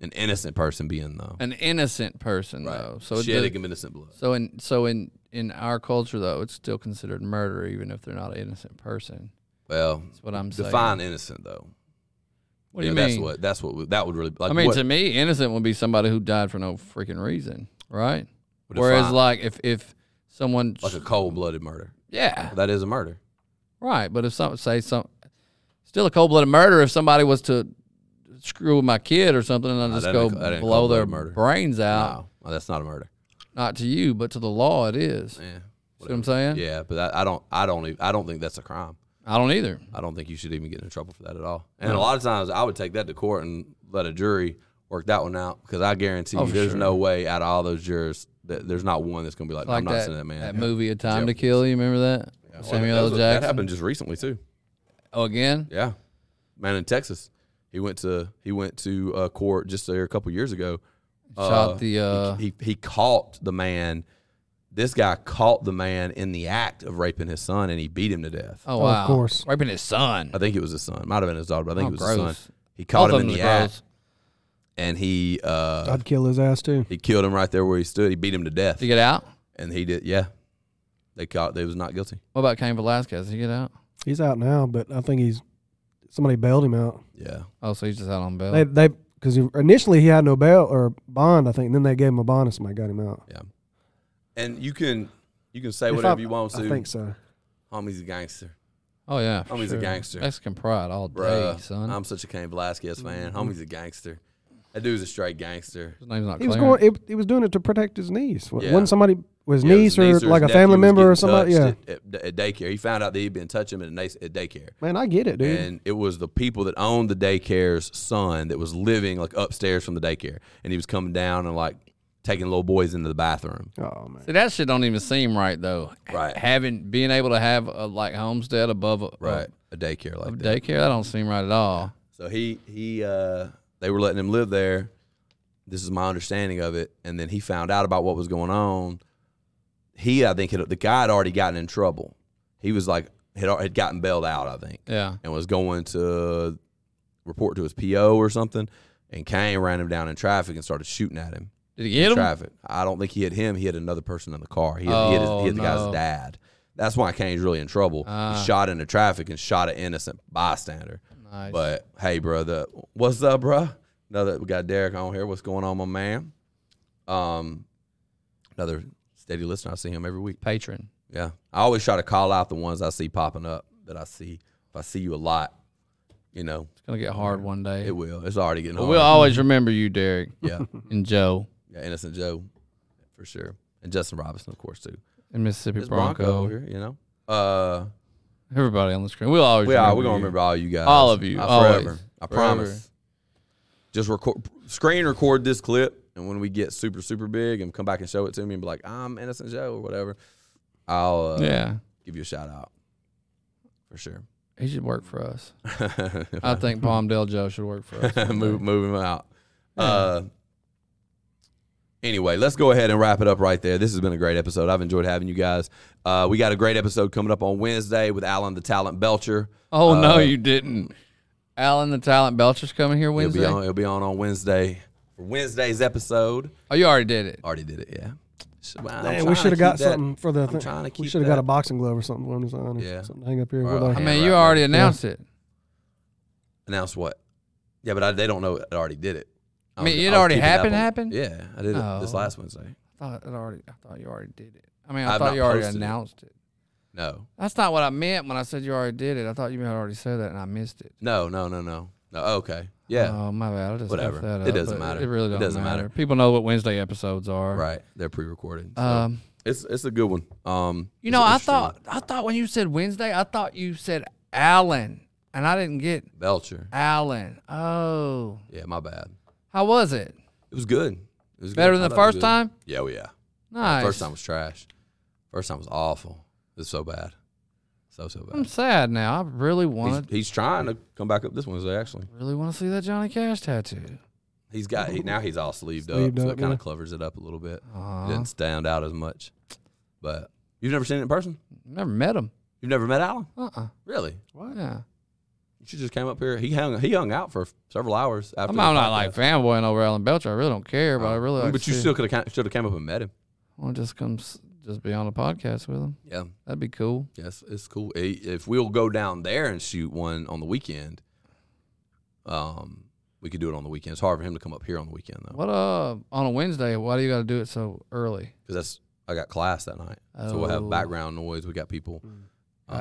an innocent person being though,
An innocent person
right?
though. uh, So it
shedding
does-
of innocent blood.
so in so in in our culture though, it's still considered murder even if they're not an innocent person.
Well,
That's what I'm saying.
define innocent though.
What do you
Yeah,
mean?
That's what. That's what. would- That would really. Like,
I mean
what-
to me, innocent would be somebody who died for no freaking reason, right?
Would
Whereas
define-
like if if someone
like a cold blooded murder.
yeah
That is a murder.
right, but if some say some still a cold blooded murder if somebody was to screw with my kid or something and I
No,
just
that
go
ain't co- that ain't
blow their
cold-blooded murder.
brains out,
Wow, no, Oh, that's not a murder.
not to you but to the law it is.
Yeah,
See what I'm saying?
yeah, but I, I don't, I don't, even, I don't think that's a crime.
I don't either.
I don't think you should even get in trouble for that at all. And a lot of times, I would take that to court and let a jury work that one out because I guarantee
Oh,
you,
for
there's
sure.
no way out of all those jurors that there's not one that's going to be like,
Like
I'm not
that,
sending that man.
that
Yeah.
movie, A Time
Yeah.
to Kill. You remember that?
Well,
Samuel
that
L.
was-
Jackson.
That happened just recently too.
Oh, again?
Yeah, man in Texas, he went to he went to uh, court just there a couple years ago.
Shot the, uh,
he, he he caught the man. This guy caught the man in the act of raping his son, and he beat him to death.
Oh,
of
wow.
course.
Raping his son.
I think it was his son. Might have been his daughter, but I think
Oh,
it was his son.
gross.
He caught
Both
him
of
in the
them was
act, and he uh,
I'd kill his ass too.
he killed him right there where he stood. He beat him to death,
Did he get out?
and he did. Yeah, they caught. They was not guilty.
What about Cain Velasquez? Did he get out?
He's out now, but I think he's somebody bailed him out.
Yeah,
Oh, so he's just out on bail.
They they because initially he had no bail or bond, I think. And then they gave him a bond, and somebody got him out.
yeah. And you can you can say
If
whatever
I-
you want to.
I think so.
Homie's a gangster.
oh, yeah. for
Homie's a
sure.
gangster.
Mexican pride all day,
Bruh,
son.
I'm such a Cain Velasquez fan.
Mm-hmm.
Homie's a gangster. That dude's a straight gangster.
his name's not
He was
Clarence.
going. It, he was doing it to protect his niece. Wa-
Yeah.
Wasn't somebody was
Yeah,
niece,
his niece
or like a
his
family
nephew was
member or
getting
somebody? Yeah.
touched At, at, at daycare, he found out that he'd been touching him at, at daycare.
Man, I get it, dude.
And it was the people that owned the daycare's son that was living like upstairs from the daycare, and he was coming down and like taking little boys into the bathroom.
oh man.
See, that shit don't even seem right, though.
Right.
Having, being able to have a, like, homestead above a,
Right, a daycare
a,
like that.
daycare, that don't seem right at all.
So he he uh, they were letting him live there. This is my understanding of it. And then he found out about what was going on. He I think had, the guy had already gotten in trouble. He was like had al- had gotten bailed out I think
Yeah.
and was going to report to his PO or something. And Kane ran him down in traffic and started shooting at him.
Did he get
in
him?
traffic. I don't think he hit him. He hit another person in the car. He, he hit, his, he
Oh,
hit
no.
the guy's dad. That's why Kane's really in trouble.
Ah.
he shot into traffic and shot an innocent bystander.
Nice.
But hey, brother, what's up, bruh? Another we got Derek on here. What's going on, my man? Um, another steady listener. I see him every week.
Patron.
Yeah, I always try to call out the ones I see popping up that I see. If I see you a lot, you know,
It's going to get hard one day.
it will. It's already getting
But
hard.
we'll always remember you, Derek,
Oh, yeah,
and Joe,
yeah, Innocent Joe, for sure, and Justin Robinson, of course, too.
and Mississippi
It's Bronco,
Bronco.
over here, you know. Uh,
Everybody on the screen. We'll always
we are.
remember
We're gonna
you.
remember all you guys,
All of you,
Uh,
always.
forever. I
Forever.
promise. Just record, screen record this clip, and when we get super, super big, and come back and show it to me, and be like, "I'm Innocent Joe" or whatever. I'll uh,
Yeah.
give you a shout out for sure.
He should work for us. I think Palmdale Joe should work for us.
move, move him out. Uh, anyway, let's go ahead and wrap it up right there. This has been a great episode. I've enjoyed having you guys. Uh, we got a great episode coming up on Wednesday with Alan the Talent Belcher.
Oh no,
Uh,
you didn't. Alan the Talent Belcher's coming here
He'll
Wednesday.
be on. He'll be on on Wednesday for Wednesday's episode.
Oh, you already did it.
Already did it. Yeah. So, well, I'm
Hey,
trying
we
to
should have
keep
got
that-
something for the. Thing.
trying to
we
keep
should have got
that-
a boxing glove or something for him to sign.
Yeah.
Yeah. Something to hang up here.
Or
We're
a
like,
I
hand
mean, you
wrap.
already announced it.
Announce what? Yeah, but I, they don't know it already did it.
I mean,
was-
it
was
already
keeping it up
happened-
on-
happened?
Yeah, I did it this
Oh.
last Wednesday.
I thought it already. I thought you already did it. I mean,
I
I
have
thought
not
you already
posted it.
announced it.
No,
That's not what I meant when I said you already did it. I thought you had already said that, and I missed it.
no, no, no, no, no. Okay. Yeah.
Oh my bad. I just
Whatever.
effed that
It
up,
doesn't
but
matter.
It really
It
don't
doesn't
matter.
matter.
People know what Wednesday episodes are.
Right. They're pre-recorded. So
Oh. Um.
it's it's a good one. Um,
You
it's
know,
an
I
interesting one.
thought I thought when you said Wednesday, I thought you said Allen, and I didn't get
Belcher.
Allen. Oh,
Yeah, my bad.
how was it?
It was good. It was
Better
good.
than
I
the
thought it was
first
good.
time?
Yeah, well, yeah.
Nice.
Uh, First time was trash. First time was awful. It was so bad. So so
I'm
bad.
sad now. I really
He's,
want to
he's trying to come back up this Wednesday. Actually,
really want to see that Johnny Cash tattoo.
he's got he, now he's all sleeved,
Sleeved
up, so
up,
it kind
yeah.
of covers it up a little bit. It
Aw,
Didn't stand out as much. But you've never seen it in person.
never met him.
You've never met Alan,
Uh uh
really?
Yeah.
You should just came up here. He hung he hung out for several hours after.
I'm,
the
not- I'm
podcast.
not
Oh,
like fanboying over Alan Belcher. I really don't care, but I really. Like
but you still could have should have came up and met him.
want to just come s- just be on a podcast with him.
Yeah.
That'd be cool.
Yes, it's cool. I- If we'll go down there and shoot one on the weekend, um, we could do it on the weekend. It's hard for him to come up here on the weekend though,
What uh on a Wednesday? Why do you got to do it so early?
because that's I got class that night, so we'll have
Oh. Mm.
background noise. We got people, um,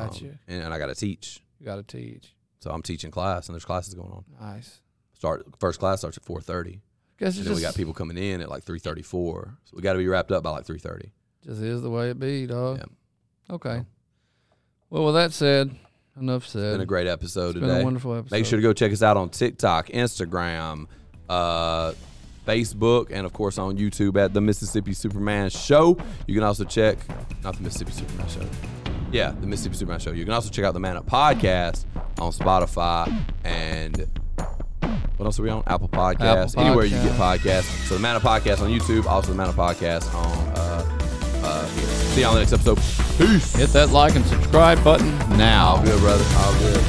Gotcha.
and, and I got to teach,
You got to teach.
so I'm teaching class, and there's classes going on.
Nice.
Start first class starts at four thirty,
Guess it's just,
and then we got people coming in at like three thirty four, so we got to be wrapped up by like three thirty.
just is the way it be, dog.
Yeah.
Okay. Well, with that said, enough said.
Been a great episode
It's
today.
been a wonderful episode.
Make sure to go check us out on TikTok, Instagram, uh, Facebook, and of course on YouTube at the Mississippi Superman Show. You can also check not the Mississippi Superman Show. Yeah, the Mississippi Superman Show. You can also check out the Man Up Podcast on Spotify and what else are we on? Apple Podcasts,
Apple
anywhere you get
Podcasts.
podcasts. So the Man Up Podcast on YouTube, also the Man Up Podcast on. Uh, uh, here. See y'all in the next episode. Peace.
Hit that like and subscribe button now.
All good, brother. All good.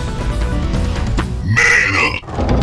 Man up.